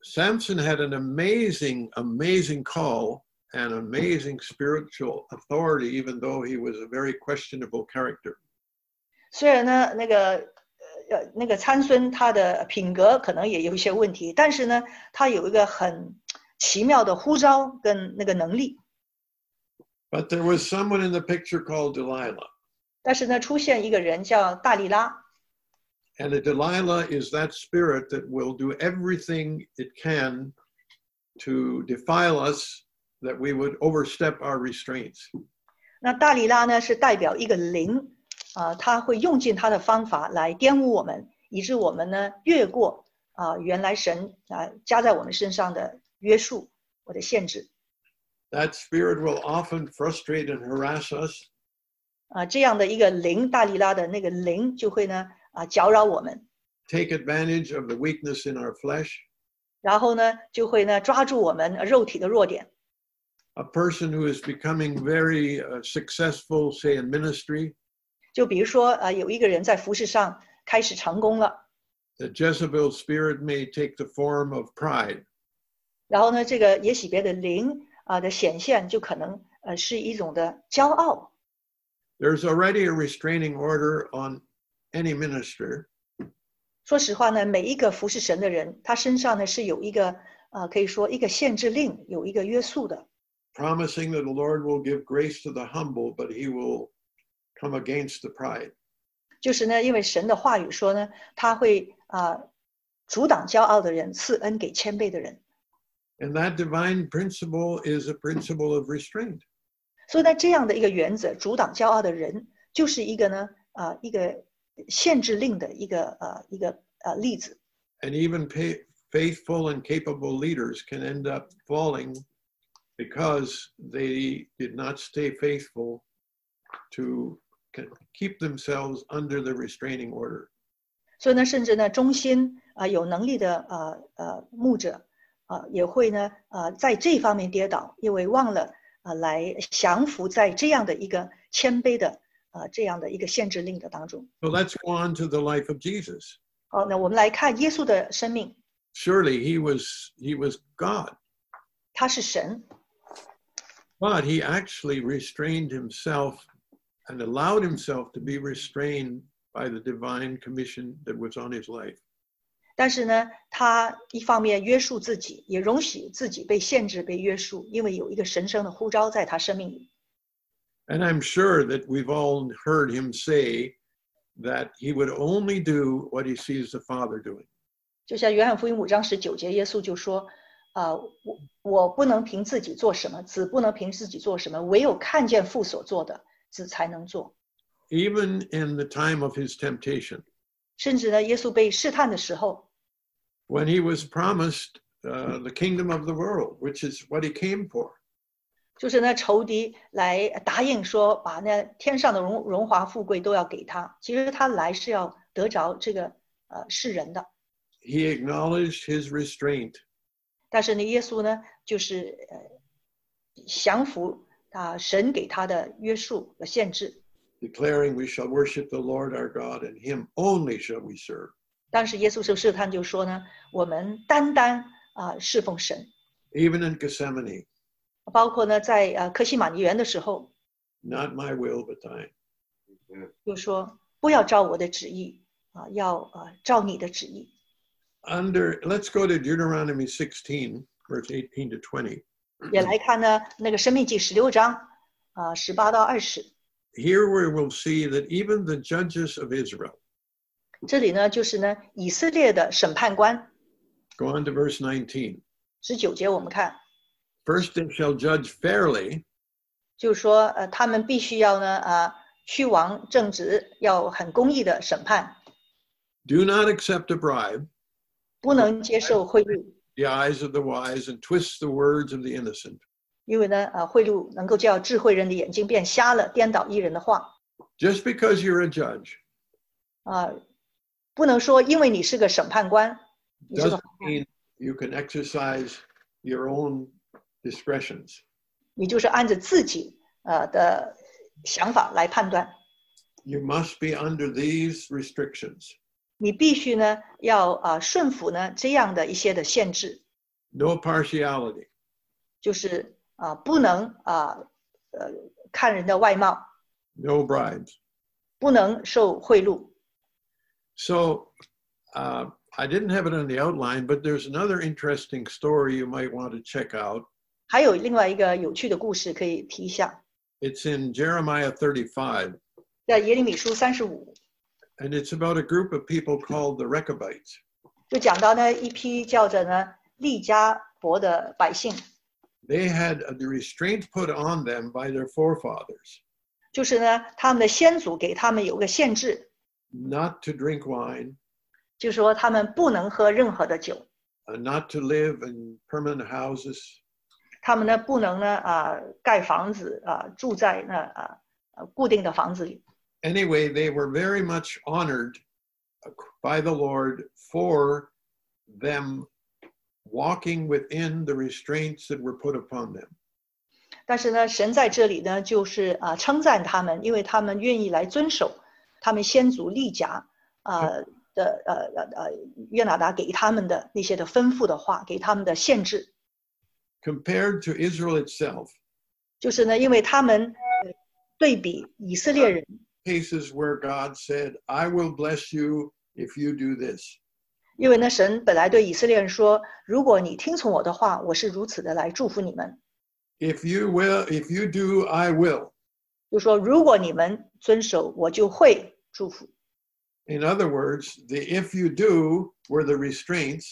Samson had an amazing, amazing call and amazing spiritual authority, even though he was a very questionable character. 虽然呢，那个呃那个参孙他的品格可能也有一些问题，但是呢，他有一个很奇妙的呼召跟那个能力。 But there was someone in the picture called Delilah. 但是呢，出现一个人叫大力拉， And a Delilah is that spirit that will do everything it can to defile us, that we would overstep our restraints. 那大力拉呢是代表一个灵，啊、他会用尽他的方法来玷污我们，以致我们呢越过啊、原来神啊、加在我们身上的约束，我的限制 That spirit will often frustrate and harass us, 啊、这样的一个灵，大力拉的那个灵就会呢啊、搅扰我们， take advantage of the weakness in our flesh. 然后呢，就会呢抓住我们肉体的弱点。 A person who is becoming very uh, successful, say in ministry, 就比如说，呃，有一个人在服饰上开始成功了， the Jezebel spirit may take the form of pride. 然后呢，这个也许别的灵啊、的显现，就可能呃是一种的骄傲。 There's already a restraining order on any minister. 说实话呢，每一个服侍神的人，他身上呢是有一个呃，可以说一个限制令，有一个约束的。 promising that the Lord will give grace to the humble, but he will come against the pride. 就是呢，因为神的话语说呢，他会啊、呃阻挡骄傲的人，赐恩给谦卑的人。 And that divine principle is a principle of restraint. 所以呢，这样的一个原则，阻挡骄傲的人，就是一个呢啊、呃一个限制令的一个呃一个呃例子。 And even pa faithful and capable leaders can end up falling because they did not stay faithful to c- keep themselves under the restraining order. 所以呢，甚至呢，中心啊、呃有能力的呃呃牧者啊、呃也会呢呃在这方面跌倒，因为忘了呃来降服在这样的一个谦卑的呃这样的一个限制令的当中。 So let's go on to the life of Jesus. 好，那我们来看耶稣的生命， Surely he was he was God, 他是神， but he actually restrained himself and allowed himself to be restrained by the divine commission that was on his life. 但是呢，他一方面约束自己，也容许自己被限制、被约束，因为有一个神圣的呼召在他生命里。 And I'm sure that we've all heard him say that he would only do what he sees the Father doing. 就像约翰福音五章十九节，耶稣就说：“啊、我我不能凭自己做什么，子不能凭自己做什么，唯有看见父所做的，子才能做。 Even in the time of his temptation, ”甚至呢，耶稣被试探的时候， when he was promised uh, the kingdom of the world, which is what he came for. 就是呢，仇敌来答应说，把那天上的荣荣华富贵都要给他。其实他来是要得着这个呃世人的， He acknowledged his restraint 但是呢，耶稣呢，就是呃降服啊、神给他的约束和限制。 declaring, We shall worship the Lord our God, and him only shall we serve. 当时耶稣受试探就说呢，我们单单啊、侍奉神， Even in Gethsemane, 包括呢在呃科西玛尼园的时候， not my will, but thine. 就说不要照我的旨意啊、要啊、照你的旨意。 Under, let's go to Deuteronomy 16, verse 18 to 20. 也来看呢那个《生命记》十六章啊十八到二十， Here we will see that even the judges of Israel, 这里呢就是呢以色列的审判官。 go on to verse 19. 十九节我们看， First, they shall judge fairly, 就是说，呃，他们必须要呢，呃，屈枉正直，要很公义的审判， do not accept a bribe, 不能接受贿赂， the eyes of the wise, and twist the words of the innocent. 因为呢，呃，贿赂能够叫智慧人的眼睛变瞎了，颠倒一人的话， Just because you're a judge 啊、不能说因为你是个审判官，你是个 doesn't mean you can exercise your own discretions. 你就是按着自己呃的想法来判断， You must be under these restrictions. 你必须呢要啊、呃顺服呢这样的一些的限制， No partiality. 就是啊、呃不能啊呃看人的外貌， no bribes. 不能受贿赂。 So uh, I didn't have it on the outline, but there's another interesting story you might want to check out. 还有另外一个有趣的故事可以提一下， It's in Jeremiah 35, 在耶利米书三十五 and it's about a group of people called the Rechabites. 就讲到呢一批叫着呢利加伯的百姓， They had a restraint put on them by their forefathers 就是呢他们的先祖给他们有个限制， not to drink wine, 就说他们不能喝任何的酒， uh, not to live in permanent houses, 他们呢不能呢啊、盖房子啊、住在呢啊呃固定的房子里。 anyway, they were very much honored uh, by the Lord for them walking within the restraints that were put upon them. 但是呢，神在这里呢，就是啊、称赞他们，因为他们愿意来遵守他们先祖利甲啊、的呃呃呃约拿达给他们的那些的吩咐的话，给他们的限制， Compared to Israel itself, 就是呢，因为他们呃对比以色列人， cases where God said, I will bless you if you do this. 因为呢，神本来对以色列人说：“如果你听从我的话，我是如此的来祝福你们。 If you will, if you do, I will. ”就说如果你们遵守，我就会祝福。 In other words, the if you do were the restraints,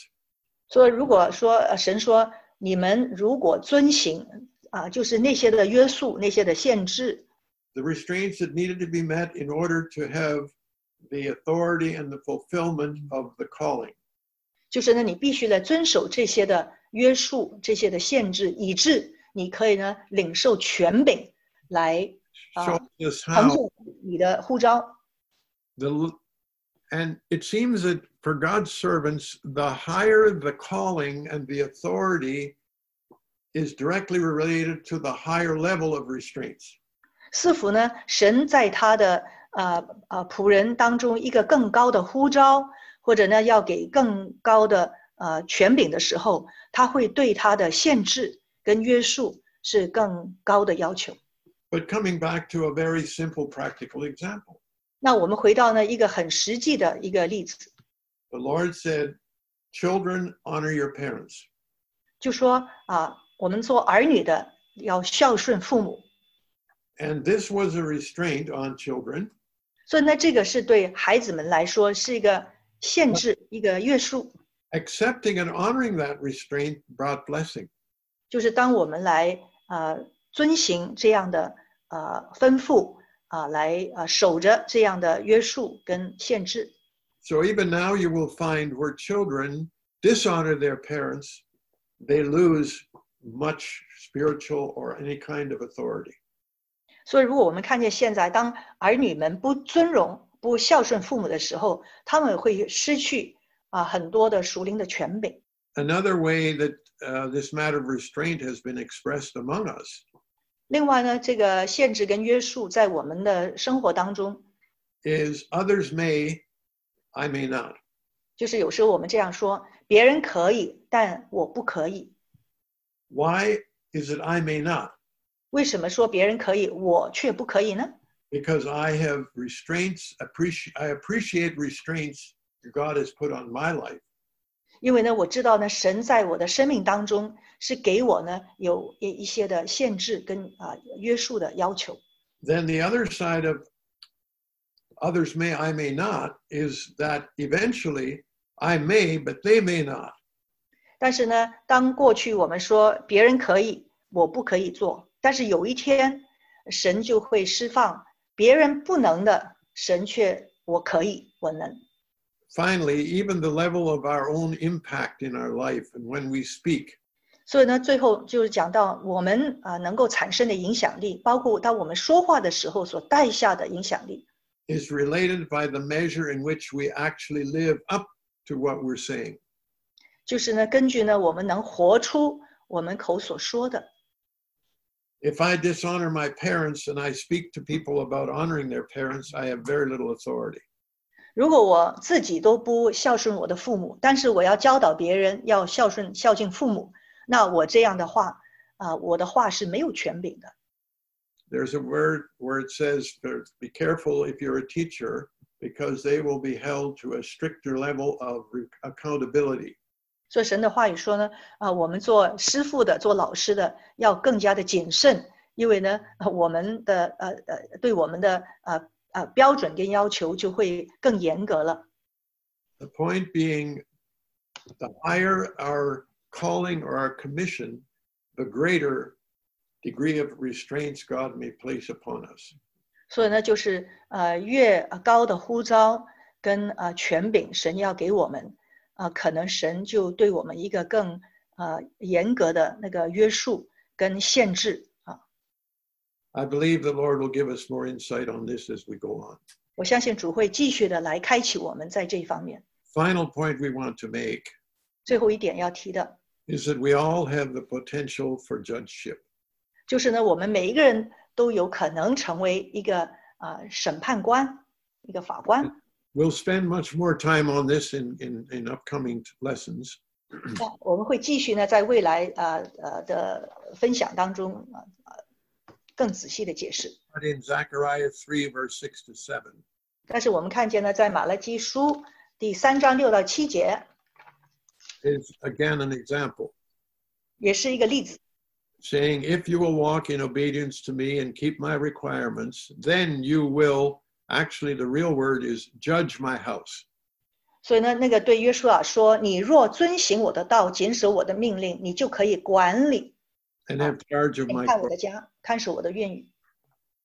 所以如果说呃神说你们如果遵行啊、就是那些的约束、那些的限制， the restraints that needed to be met in order to have the authority and the fulfillment of the calling. 就是呢你必须来遵守这些的约束、这些的限制，以致你可以呢领受权柄来 Show Ah. us 成 how 就你的呼召。 the and it seems that for God's servants, the higher the calling and the authority is directly related to the higher level of restraints. 似乎呢，神在他的呃呃仆人当中一个更高的呼召，或者呢要给更高的呃权柄的时候，他会对他的限制跟约束是更高的要求。 But coming back to a very simple practical example, 那我们回到呢一个很实际的一个例子， the Lord said, Children, honor your parents. 就说啊，我们做儿女的要孝顺父母， And this was a restraint on children. 所以呢这个是对孩子们来说是一个限制，一个约束。 Accepting and honoring that restraint brought blessing. 就是当我们来呃遵行这样的呃吩咐啊、来呃守着这样的约束跟限制， So even now you will find where children dishonor their parents, they lose much spiritual or any kind of authority. 所以如果我们看见现在当儿女们不尊荣、不孝顺父母的时候，他们会失去啊、很多的属灵的权柄。 Another way that uh, this matter of restraint has been expressed among us 另外呢，这个限制跟约束在我们的生活当中， is others may, I may not. 就是有时候我们这样说：别人可以，但我不可以。 Why is it I may not? 为什么说别人可以，我却不可以呢？ Because I have restraints, appreci- I appreciate restraints God has put on my life. 因为呢，我知道呢，神在我的生命当中是给我呢有一一些的限制跟啊、约束的要求。 then the other side of others may, I may not, is that eventually I may, but they may not. 但是呢，当过去我们说别人可以，我不可以做，但是有一天，神就会释放别人不能的，神却我可以，我能。 Finally, even the level of our own impact in our life and when we speak. 所以呢，最后就是讲到我们啊、能够产生的影响力，包括当我们说话的时候所带下的影响力。 Is related by the measure in which we actually live up to what we're saying. 就是呢，根据呢我们能活出我们口所说的。 If I dishonor my parents and I speak to people about honoring their parents, I have very little authority. 如果我自己都不孝顺我的父母，但是我要教导别人要孝顺孝敬父母，那我这样的话，啊、我的话是没有权柄的。 There's a word where it says, be careful if you're a teacher, because they will be held to a stricter level of re- accountability. 所以神的话语说呢，啊、我们做师傅的、做老师的要更加的谨慎，因为呢，呃我们的呃呃，对我们的呃呃标准跟要求就会更严格了。 The point being, the higher our calling or our commission, the greater degree of restraints God may place upon us. 所以呢，就是呃越高的呼召跟呃权柄，神要给我们，呃，可能神就对我们一个更呃严格的那个约束跟限制啊。 I believe the Lord will give us more insight on this as we go on. 我相信主会继续的来开启我们在这一方面。 Final point we want to make 最后一点要提的 is that we all have the potential for judgeship. 就是呢，我们每一个人都有可能成为一个啊、呃审判官，一个法官。 We'll spend much more time on this in, in, in upcoming t- lessons. 那我们会继续呢，在未来呃呃的分享当中啊、呃呃更仔细的解释。 But in Zechariah 3, verse 6 to 7, 但是我们看见呢，在马拉基书第三章六到七节 is again an example, 也是一个例子。 saying, If you will walk in obedience to me and keep my requirements, then you will, actually, the real word is judge my house. 所以呢，那个对约书亚说：“你若遵行我的道，谨守我的命令，你就可以管理 And have charge of my 看我的家，看守我的院宇。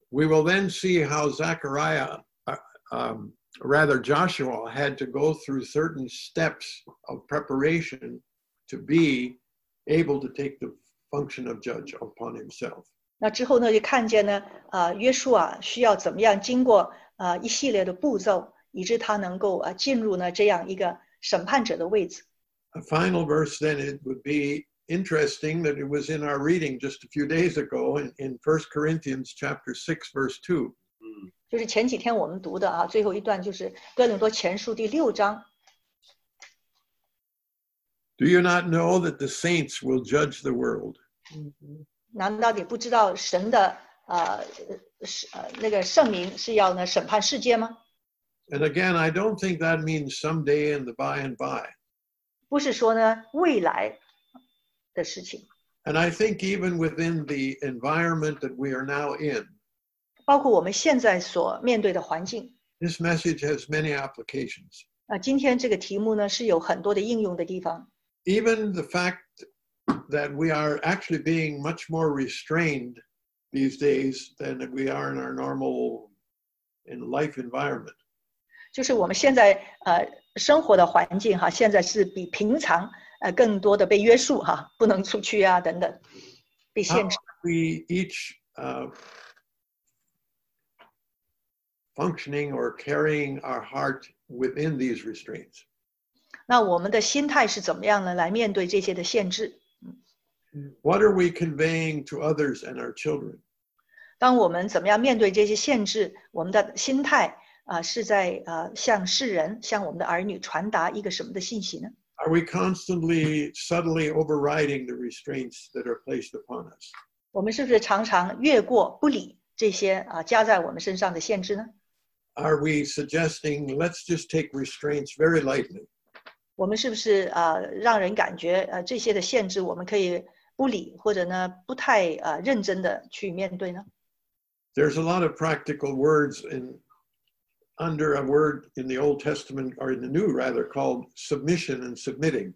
We will then see how Zechariah, uh, um, rather Joshua, had to go through certain steps of preparation to be able to take the function of judge upon himself. ”那之后呢，就看见呢，呃，约书亚需要怎么样经过呃一系列的步骤，以致他能够呃进入呢这样一个审判者的位置。 A final verse, then, it would be interesting that it was in our reading just a few days ago in, in 1 Corinthians chapter 6, verse 2. 嗯，就是前几天我们读的啊，最后一段就是《哥林多前书》第六章 Do you not know that the saints will judge the world? 难道你不知道神的呃是呃那个圣名是要呢审判世界吗？ And again, I don't think that means someday in the by and by. 不是说呢未来的事情， And I think even within the environment that we are now in, 包括我们现在所面对的环境。 this message has many applications. 啊，今天这个题目呢是有很多的应用的地方， Even the fact that we are actually being much more restrained these days than we are in our normal in life environment. 就是我们现在呃生活的环境哈，现在是比平常呃更多的被约束哈，不能出去啊等等，被 How 限制 are。we each uh, functioning or carrying our heart within these restraints? 那我们的心态是怎么样呢？来面对这些的限制。 What are we conveying to others and our children? 当我们怎么样面对这些限制，我们的心态啊、是在呃向世人、向我们的儿女传达一个什么的信息呢？ Are we constantly subtly overriding the restraints that are placed upon us? 我们是不是常常越过不理这些啊、加在我们身上的限制呢？ Are we suggesting let's just take restraints very lightly? 我们是不是呃让人感觉呃这些的限制我们可以不理，或者呢不太呃认真的去面对呢？ There's a lot of practical words in under a word in the Old Testament or in the New rather called submission and submitting.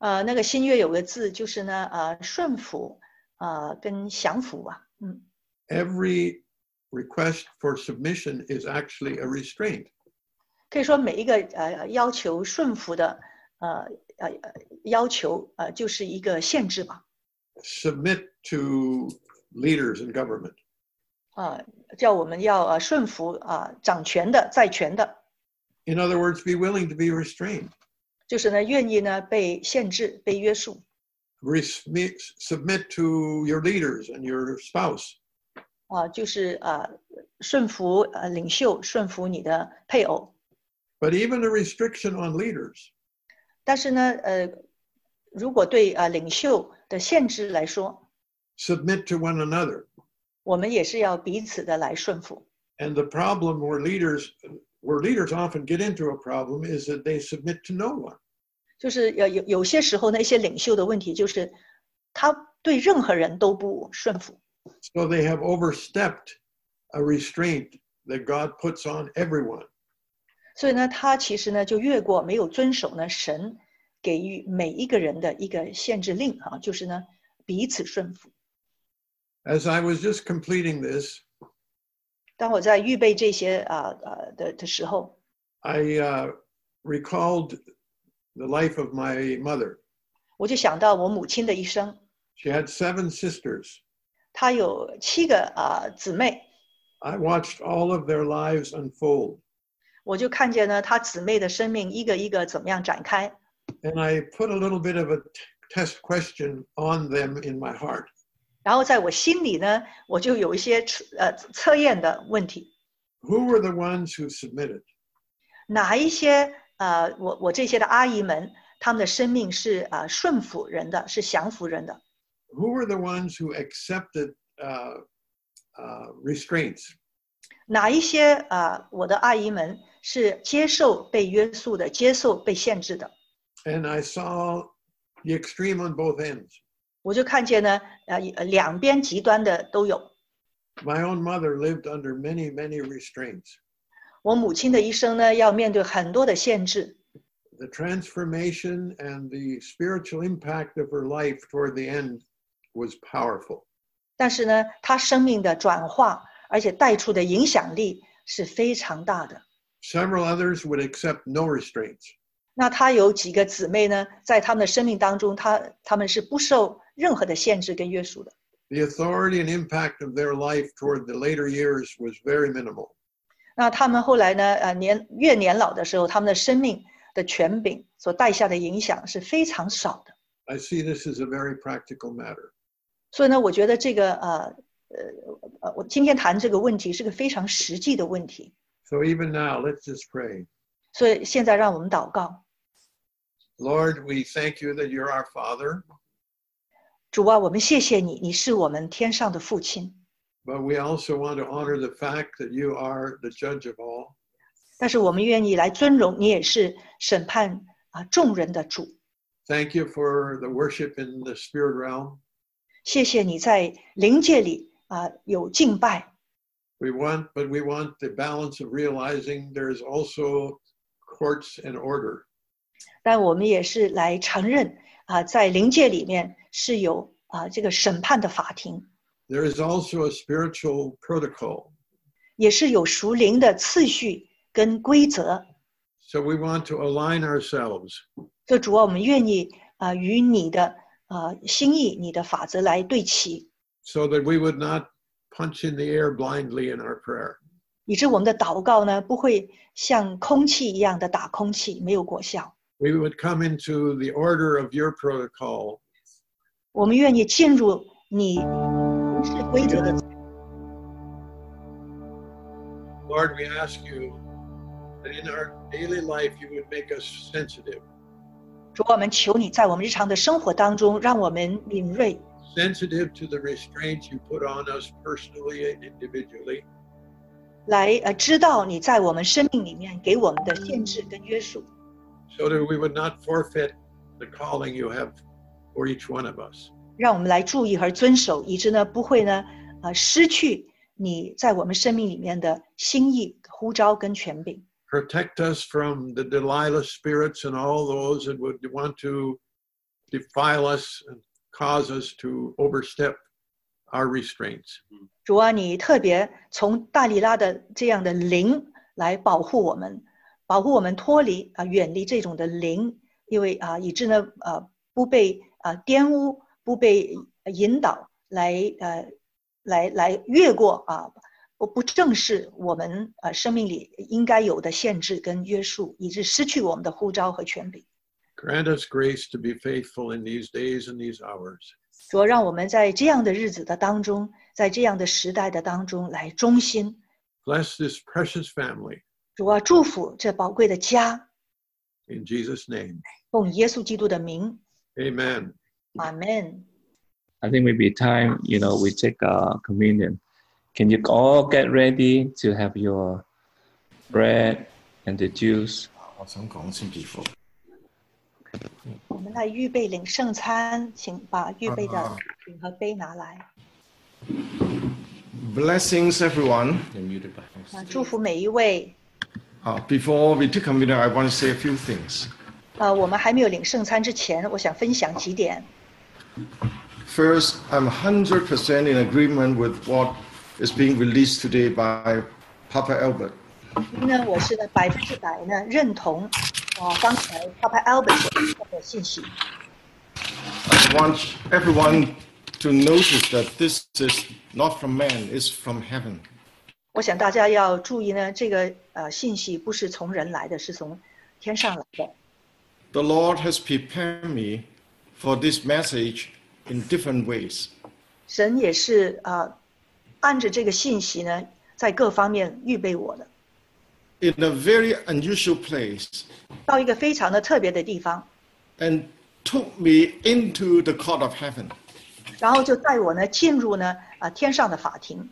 呃，那个新月有个字就是呢呃顺服呃跟降服吧，嗯， Every request for submission is actually a restraint. 可以说每一个呃要求顺服的呃呃呃要求呃就是一个限制吧， Submit to leaders in government. 呃叫我们要呃顺服啊、呃掌权的在权的， In other words, be willing to be restrained. 就是呢愿意呢被限制被约束， resmi- submit to your leaders and your spouse. 啊、就是呃，顺服呃领袖，顺服你的配偶。 But even a restriction on leaders 但是呢，呃，如果对呃领袖的限制来说， submit to one another. 我们也是要彼此的来顺服。 And the problem where leaders where leaders often get into a problem is that they submit to no one. 就是有有有些时候呢，一些领袖的问题就是，他对任何人都不顺服， So they have overstepped a restraint that God puts on everyone. 所以呢，他其实呢就越过没有遵守呢神给予每一个人的一个限制令啊，就是呢彼此顺服。 As I was just completing this, 当我在预备这些啊呃的的时候， I uh, recalled the life of my mother. 我就想到我母亲的一生。 She had seven sisters. 她有七个啊、呃姊妹， I watched all of their lives unfold. 我就看见呢她姊妹的生命一个一个怎么样展开。 and I put a little bit of a t- test question on them in my heart. 然后在我心里呢，我就有一些测呃测验的问题， Who were the ones who submitted? 哪一些呃我我这些的阿姨们，她们的生命是啊、呃顺服人的，是降服人的。 Who were the ones who accepted uh, uh, restraints? 哪一些啊、呃我的阿姨们是接受被约束的，接受被限制的。 And I saw the extreme on both ends. 我就看见呢，呃，一呃两边极端的都有。 My own mother lived under many, many restraints. 我母亲的一生呢，要面对很多的限制。 The transformation and the spiritual impact of her life toward the end was powerful. 但是呢，他生命的转化，而且带出的影响力是非常大的。 Several others would accept no restraints. 那他有几个姊妹呢，在他们的生命当中，他他们是不受任何的限制跟约束的。 The authority and impact of their life toward the later years was very minimal. 那他们后来呢，呃，年越年老的时候，他们的生命的权柄所带下的影响是非常少的。 I see this as a very practical matter. 所以呢，我觉得这个呃呃呃，我今天谈这个问题是个非常实际的问题。 So even now, let's just pray. 所以现在让我们祷告， Lord, we thank you that you're our Father, 主啊，我们谢谢你，你是我们天上的父亲。 but we also want to honor the fact that you are the judge of all. 但是我们愿意来尊荣你，也是审判啊众人的主。 Thank you for the worship in the spirit realm. 谢谢你在灵界里啊有敬拜， We want, but we want the balance of realizing there's also courts and order. 但我们也是来承认啊，在灵界里面是有啊这个审判的法庭， There is also a spiritual protocol. 也是有属灵的次序跟规则。 So we want to align ourselves. 这主啊，我们愿意啊与你的啊心意、你的法则来对齐， so that we would not punch in the air blindly in our prayer. 以致我们的祷告呢不会像空气一样的打空气，没有果效。 We would come into the order of your protocol 我们愿意进入你不是规则的。 Lord, we ask you that in our daily life you would make us sensitive, 主，我们求你在我们日常的生活当中，让我们敏锐， sensitive to the restraints you put on us personally and individually, 来呃知道你在我们生命里面给我们的限制跟约束， so that we would not forfeit the calling you have for each one of us. 让我们来注意和遵守，以致呢不会呢呃失去你在我们生命里面的心意、呼召跟权柄。 Protect us from the Delilah spirits and all those that would want to defile us and cause us to overstep our restraints. 主啊，你特别从大利拉的这样的灵来保护我们，保护我们脱离啊、远离这种的灵，因为啊、以致呢呃不被啊、玷污，不被呃引导来呃来来越过啊、不不正视我们啊、生命里应该有的限制跟约束，以致失去我们的呼召和权柄。 Grant us grace to be faithful in these days and these hours. 主要让我们在这样的日子的当中，在这样的时代的当中来忠心。 Bless this precious family 主啊，祝福这宝贵的家。 in Jesus' name. 奉耶稣基督的名， Amen. 阿门。 I think maybe time, you know, we take uh, communion. Can you all get ready to have your bread and the juice? 我想講先至父，我们来预备领圣餐，请把预备的啊饼和杯拿来。 Blessings, everyone. 啊，祝福每一位。 Uh, before we take communion, I want to say a few things. 呃，我们还没有领圣餐之前，我想分享几点。 First, I'm 100% in agreement with what is being released today by Papa Albert. 一呢，我是呢百分之百呢认同，啊，刚才 Papa Albert 所说的信息。 I want everyone to notice that this is not from man, it's from heaven. 我想大家要注意呢，这个呃信息不是从人来的，是从天上来的。 The Lord has prepared me for this message in different ways. 神也是呃，按着这个信息呢，在各方面预备我的， In a very unusual place, 到一个非常的特别的地方。 and took me into the court of heaven. 然后就带我呢进入呢啊天上的法庭，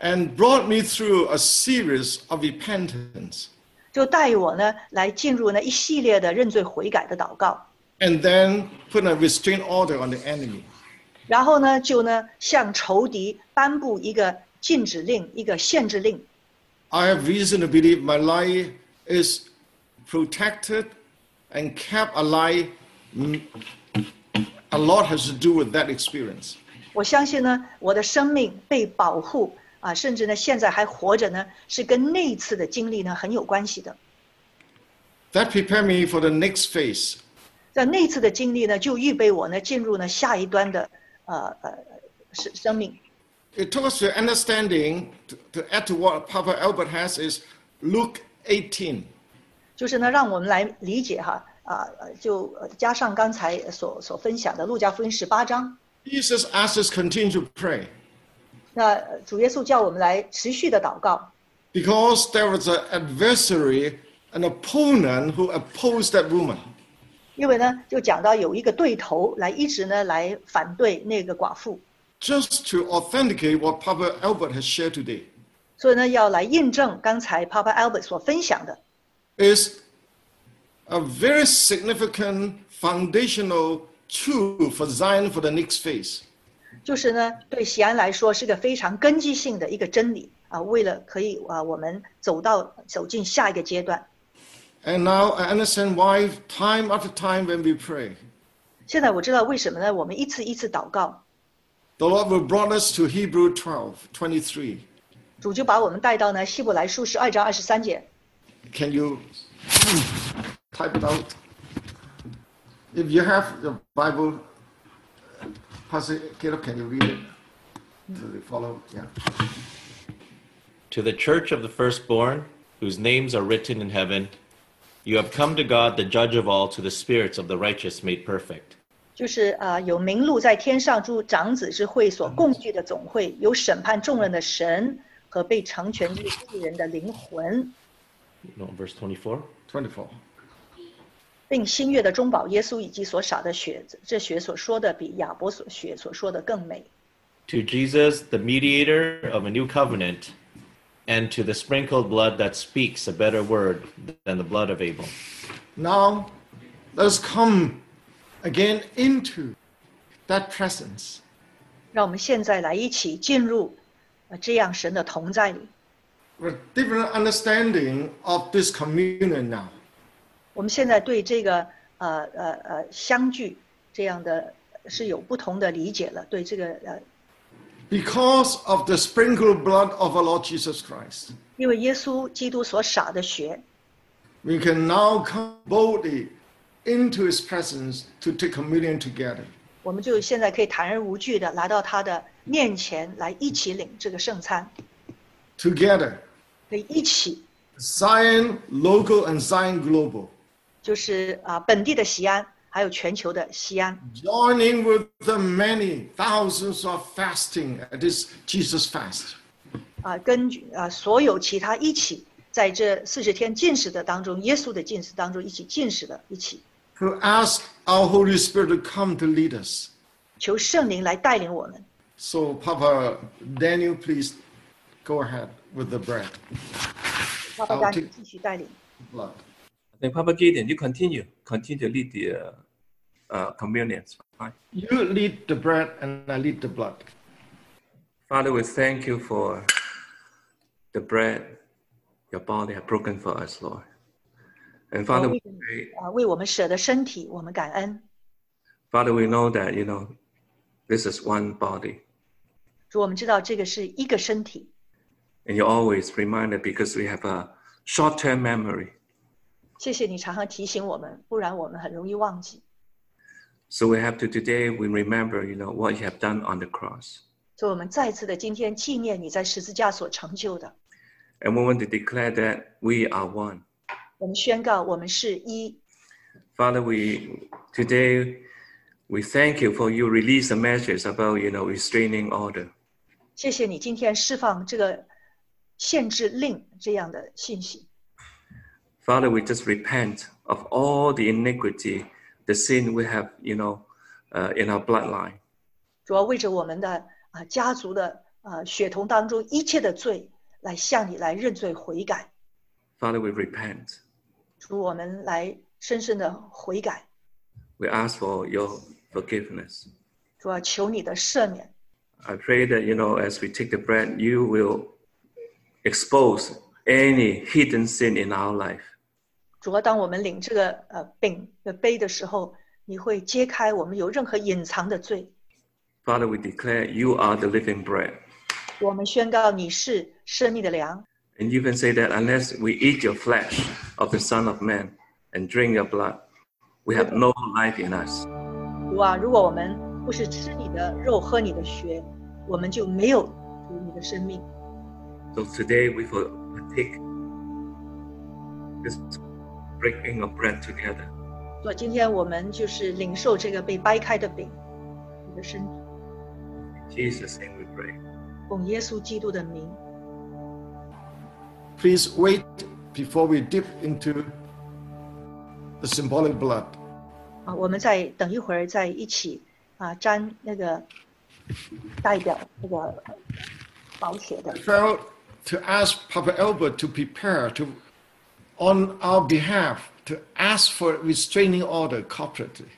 and brought me through a series of repentance 就带我呢来进入呢一系列的认罪悔改的祷告， and then put a restraint order on the enemy. 然后呢就呢向仇敌颁布一个禁止令，一个限制令。 I have reason to believe my life is protected and kept alive. Mm, A lot has to do with that experience. 我相信呢我的生命被保护啊，甚至呢现在还活着呢，是跟那一次的经历呢很有关系的。 That prepared me for the next phase. 在那次的经历呢，就预备我呢进入呢下一端的呃呃生生命。 It took us to understanding, to, to add to what Papa Albert has, is Luke 18. 就是呢，让我们来理解哈啊，呃就呃加上刚才所所分享的路加福音十八章， Jesus asks us continue to pray 那呃主耶稣叫我们来持续的祷告， because there was an adversary, an opponent who opposed that woman. 因为呢，就讲到有一个对头来一直呢来反对那个寡妇， Just to authenticate what Papa Albert has shared today, 所以呢，要来印证刚才 Papa Albert 所分享的， is a very significant foundational truth for Zion for the next phase. 就是呢，对西安来说是个非常根基性的一个真理啊，为了可以啊，我们走到走进下一个阶段。 And now I understand why time after time when we pray, 现在我知道为什么呢？我们一次一次祷告， the Lord will brought us to Hebrew 12, 23. 主就把我们带到呢希伯来书十二章二十三节。 Can you type it out? If you have the Bible, Pastor Caleb, can you read it? Do they follow? Yeah. To the church of the firstborn, whose names are written in heaven, you have come to God, the judge of all, to the spirits of the righteous made perfect, 就是啊、呃有名录在天上诸长子之会所共聚的总会，有审判众人的神和被成全之罪人的灵魂， no, verse 24, 24. 并新月的中保耶稣以及所洒的血，这血所说的比亚伯所血所说的更美。 to Jesus, the mediator of a new covenant, and to the sprinkled blood that speaks a better word than the blood of Abel. Now, let's come again into that presence. 让我们现在来一起进入呃这样神的同在里。 with different understanding of this communion now. 我们现在对这个呃呃呃相聚这样的是有不同的理解了，对这个呃， Because of the sprinkled blood of our Lord Jesus Christ, 因为耶稣基督所洒的血， we can now come boldly into His presence to take communion together. 我们就现在可以坦然无惧的来到他的面前来一起领这个圣餐， Together, 可以一起 Zion local and Zion global, 就是啊、本地的西安，还有全球的西安， joining with the many thousands of fasting at this Jesus fast. 啊、根据啊、所有其他一起在这四十天进食的当中，耶稣的进食当中一起进食的，一起 To ask our Holy Spirit to come to lead us. 求圣灵来带领我们。 So, Papa Daniel, please go ahead with the bread, 爸爸好大这你继续带领。 blood. I think Papa Gideon, you continue, continue to lead the uh, uh, communion. Right? You lead the bread and I lead the blood. Father, we thank you for the bread your body has broken for us, Lord. And Father, we pray, 啊，为我们舍的身体，我们感恩。 Father, we know that you know this is one body, 主，我们知道这个是一个身体， and you always remind us because we have a short-term memory, 谢谢你常常提醒我们，不然我们很容易忘记。 so we have to today we remember you know what you have done on the cross, 所以，我们再次的今天纪念你在十字架所成就的。 and we want to declare that we are one. 我们宣告，我们是一。 Father, we today we thank you for you release the message about you know restraining order. 谢谢你今天释放这个限制令这样的信息。 Father, we just repent of all the iniquity, the sin we have, you know, uh, in our bloodline. 主要为着我们的啊、家族的啊、血统当中一切的罪，来向你来认罪悔改。 Father, we repent. 主，我们来深深的悔改， We ask for your forgiveness. 主啊，求你的赦免。 I pray that, you know, as we take the bread, you will expose any hidden sin in our life. 主啊要当我们领这个呃饼的杯的时候，你会揭开我们有任何隐藏的罪。 Father, we declare you are the living bread. 啊我们宣告你是生命的粮。 And you can say that unless we eat your flesh of the Son of Man and drink your blood, we have no life in us. 主啊，如果我们不是吃你的肉、喝你的血，我们就没有主你的生命。 So today we will take this breaking of bread together. 所以啊今天我们就是领受这个被掰开的饼，你的身体， In Jesus' name we pray. 奉耶稣基督的名。 Please wait before we dip into the symbolic blood. 啊，我们再等一会儿再一起啊沾那个代表那个保血的 I。felt to ask Papa Albert to prepare to, on our behalf, to ask for restraining order corporately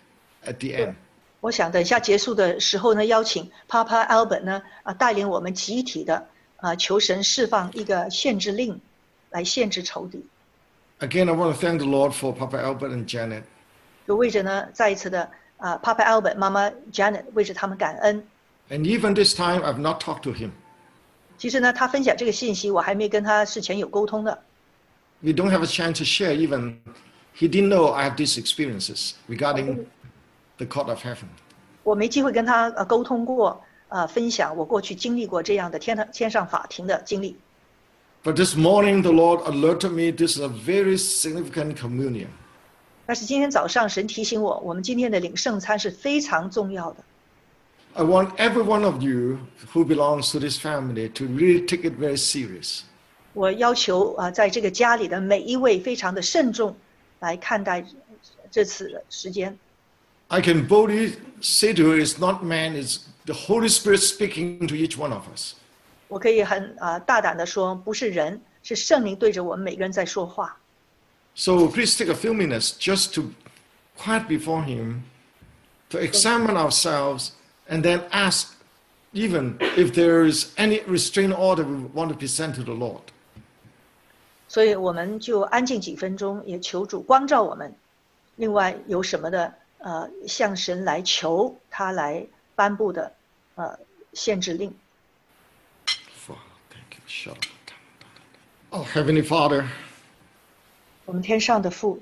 at the end. 我想等一下结束的时候呢，邀请 Papa Albert 呢啊带领我们集体的啊求神释放一个限制令，来限制仇敌。 Again, I want to thank the Lord for Papa Albert and Janet. 就为着呢再一次的啊 Papa Albert 妈妈 Janet 为着他们感恩。 And even this time, I've not talked to him. 其实呢，他分享这个信息，我还没跟他事前有沟通的。 We don't have a chance to share even. He didn't know I have these experiences regarding the court of heaven. 我没机会跟他呃沟通过，呃，分享我过去经历过这样的天堂天上法庭的经历。 But this morning, the Lord alerted me this is a very significant communion. 但是今天早上神提醒我，我们今天的领圣餐是非常重要的。 I want every one of you who belongs to this family to really take it very serious. 我要求啊、呃在这个家里的每一位非常的慎重来看待这次的时间。 I can boldly say to you, it's not man, it's the Holy Spirit speaking to each one of us. 我可以很啊、呃大胆的说，不是人，是圣灵对着我们每个人在说话。 So please take a few minutes just to quiet before Him, to examine ourselves, and then ask even if there is any restraint order we want to present to the Lord. 所以我们就安静几分钟，也求主光照我们。另外有什么的呃，向神来求他来颁布的呃限制令。 Father, thank you. Shut up. Oh, Heavenly Father, 我们天上的父，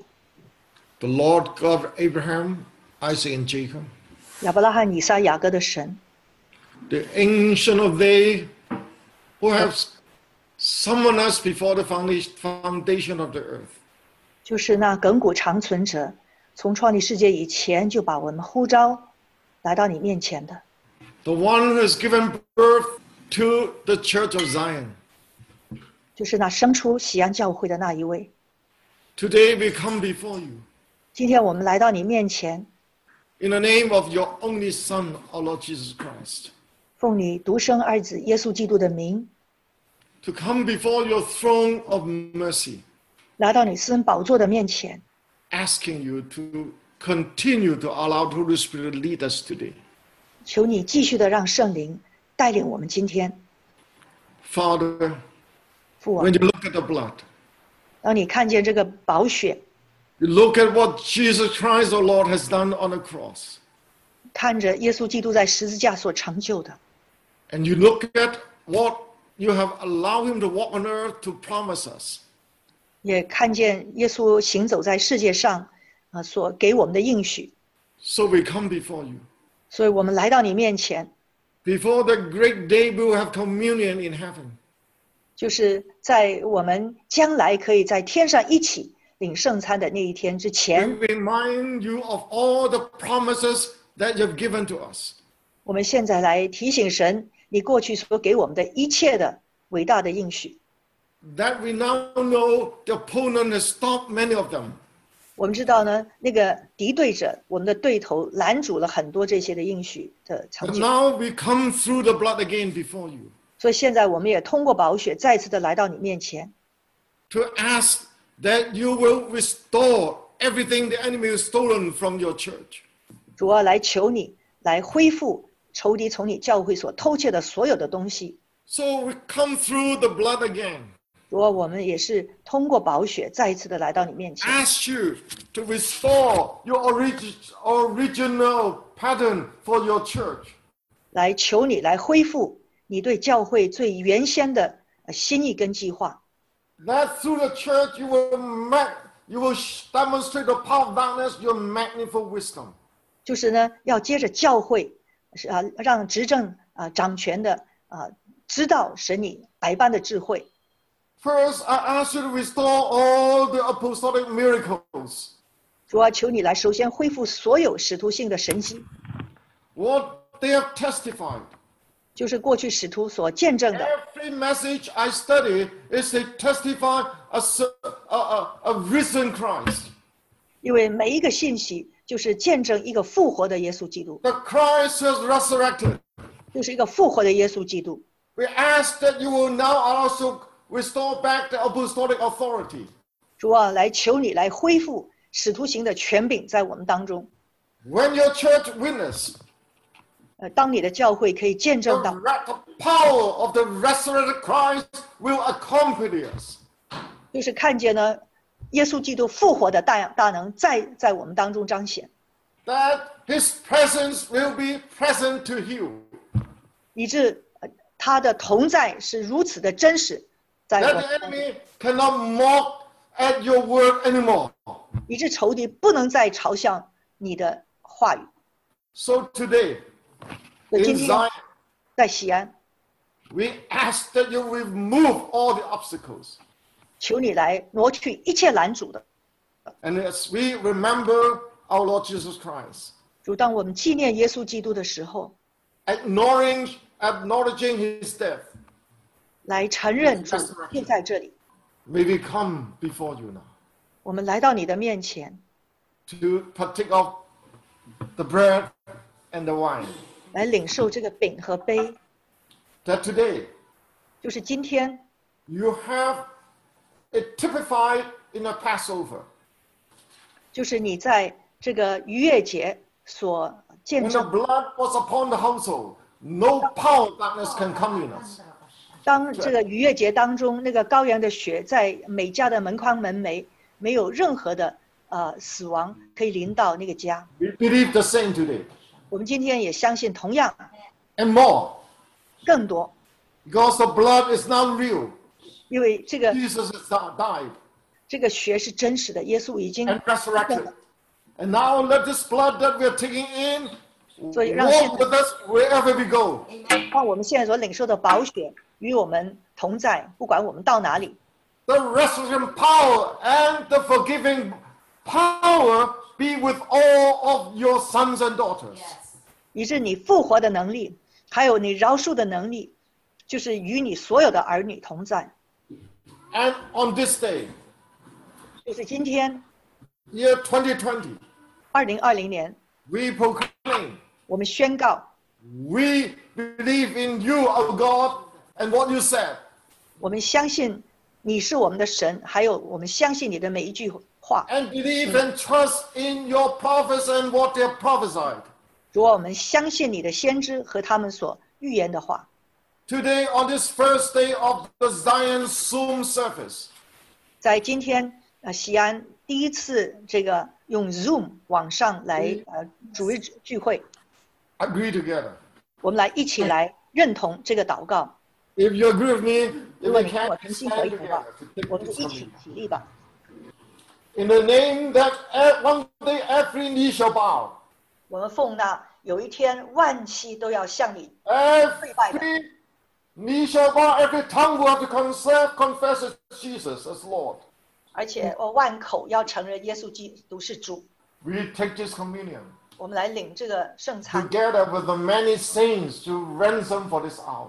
the Lord God of Abraham, Isaac, and Jacob, 亚伯拉罕、以撒、雅各的神， the ancient of they who have summoned us before the founda- foundation of the earth. 就是那亘古长存者，从创立世界以前就把我们呼召来到你面前的， the one who has given birth to the church of Zion. 就是那生出喜安教会的那一位。 Today we come before you 今天我们来到你面前， in the name of your only Son, our Lord Jesus Christ, 奉你独生爱子耶稣基督的名， to come before your throne of mercy, 来到你私人宝座的面前， asking you to continue to allow the Holy Spirit to lead us today. 求你继续的让圣灵带领我们今天。 Father, 父王 when，you look at the blood, 当你看见这个宝血， you look at what Jesus Christ, our Lord, has done on the cross, 看着耶稣基督在十字架所成就的， and you look at what you have allowed him to walk on earth to promise us. 也看见耶稣行走在世界上，啊、所给我们的应许。 So we come before you. 所以我们来到你面前， Before the great day, we will have communion in heaven. 就是在我们将来可以在天上一起领圣餐的那一天之 We 前， remind you of all the promises that you've given to us. 我们现在来提醒神，你过去所给我们的一切的伟大的应许。 That we now know the opponent has stopped many of them. 我们知道呢，那个敌对者，我们的对头拦阻了很多这些的应许的成 But 就， now we come through the blood again before you 所以现在我们也通过宝血再次的来到你面前， to ask that you will restore everything the enemy has stolen from your church. 主啊，来求你来恢复仇敌从你教会所偷窃的所有的东西。 So we come through the blood again. 主啊，我们也是通过宝血再一次的来到你面前， Ask you to restore your orig- original pattern for your church. 来求你来恢复你对教会最原先的呃心意跟计划。 That through the church you will ma- you will sh- demonstrate the power of darkness, your magnificent wisdom. 就是呢，要接着教会是啊，让执政啊掌权的啊知道神你百般的智慧。 First, I ask you to restore all the apostolic miracles. 主啊，求你来首先恢复所有使徒性的神迹， What they have testified. 就是过去使徒所见证的。 Every message I study is they testify a, ser- a, a, a risen Christ. 因为每一个信息就是见证一个复活的耶稣基督， The Christ has resurrected. 就是一个复活的耶稣基督。 We ask that you will now also restore back the apostolic authority. 主啊，来求你来恢复使徒行的权柄在我们当中。 When your church witness 呃，当你的教会可以见 the 证到 re- power of the resurrected Christ will accompany us. 就是看见呢，耶稣基督复活的大大能在在我们当中彰显， That his presence will be present to heal. 以致呃他的同在是如此的真实，在我 That 们 the 当中， enemy cannot mock at your word anymore. 以致仇敌不能再嘲笑你的话语。 So today, 所以今 in 天 Zion, 在西安， we ask that you remove all the obstacles. 求你来挪去一切拦阻的。 And as we remember our Lord Jesus Christ, 主，当我们纪念耶稣基督的时候， ignoring, acknowledging his death, 来承认主 Yes, Lord. 就在这里。 may we come before you now 我们来到你的面前， to partake of the bread and the wine. 来领受这个饼和杯， That today, 就是今天 you have it typified in a Passover. 就是你在这个逾越节所见 When the 证， blood was upon the household, no power of darkness can come in us. 当这个逾越节当中，那个羔羊的血在每家的门框门楣，没有任何的呃死亡可以临到那个家。 We believe the same today 我们今天也相信，同样 and more 更多， because the blood is now real. 因为这个 Jesus has now died 这个血是真实的，耶稣已经 and resurrected. And now let this blood that we are taking in 所以让现 walk with us wherever we go. 让我们现在所领受的宝血与我们同在，不管我们到哪里， The resurrection power and the forgiving power be with all of your sons and daughters. 以致你复活的能力，还有你饶恕的能力，就是与你所有的儿女同在。 And on this day, 就是今天 year 2020, 二零二零年， we proclaim 我们宣告， we believe in you, our God, and what you said. 我们相信你是我们的神，还有我们相信你的每一句话。 And believe and trust in your prophets and what they have prophesied. 主啊，我们相信你的先知和他们所预言的话。 Today, on this first day of the Zion Zoom service, 在今天，呃，西安第一次这个用 Zoom 网上来呃主日聚会， agree together. 我们来一起来认同这个祷告。 If you agree with me, 如 if 果 we 你跟 can 我同心合 stand 意的话 together to，我 take 们 this 一起 communion. 起立吧。 In the name that at one day every knee shall bow, 我们奉那有一天万膝都要向你 every knee shall bow, every tongue will have to confess, confess that Jesus as Lord. 而且我万口要承认耶稣基督是主。 We take this communion 我们来领这个圣餐， together with the many saints to ransom for this hour.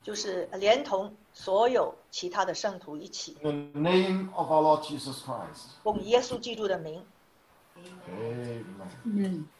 就是连同所有其他的圣徒一起， In the name of our Lord Jesus Christ. 奉耶稣基督的名， Amen.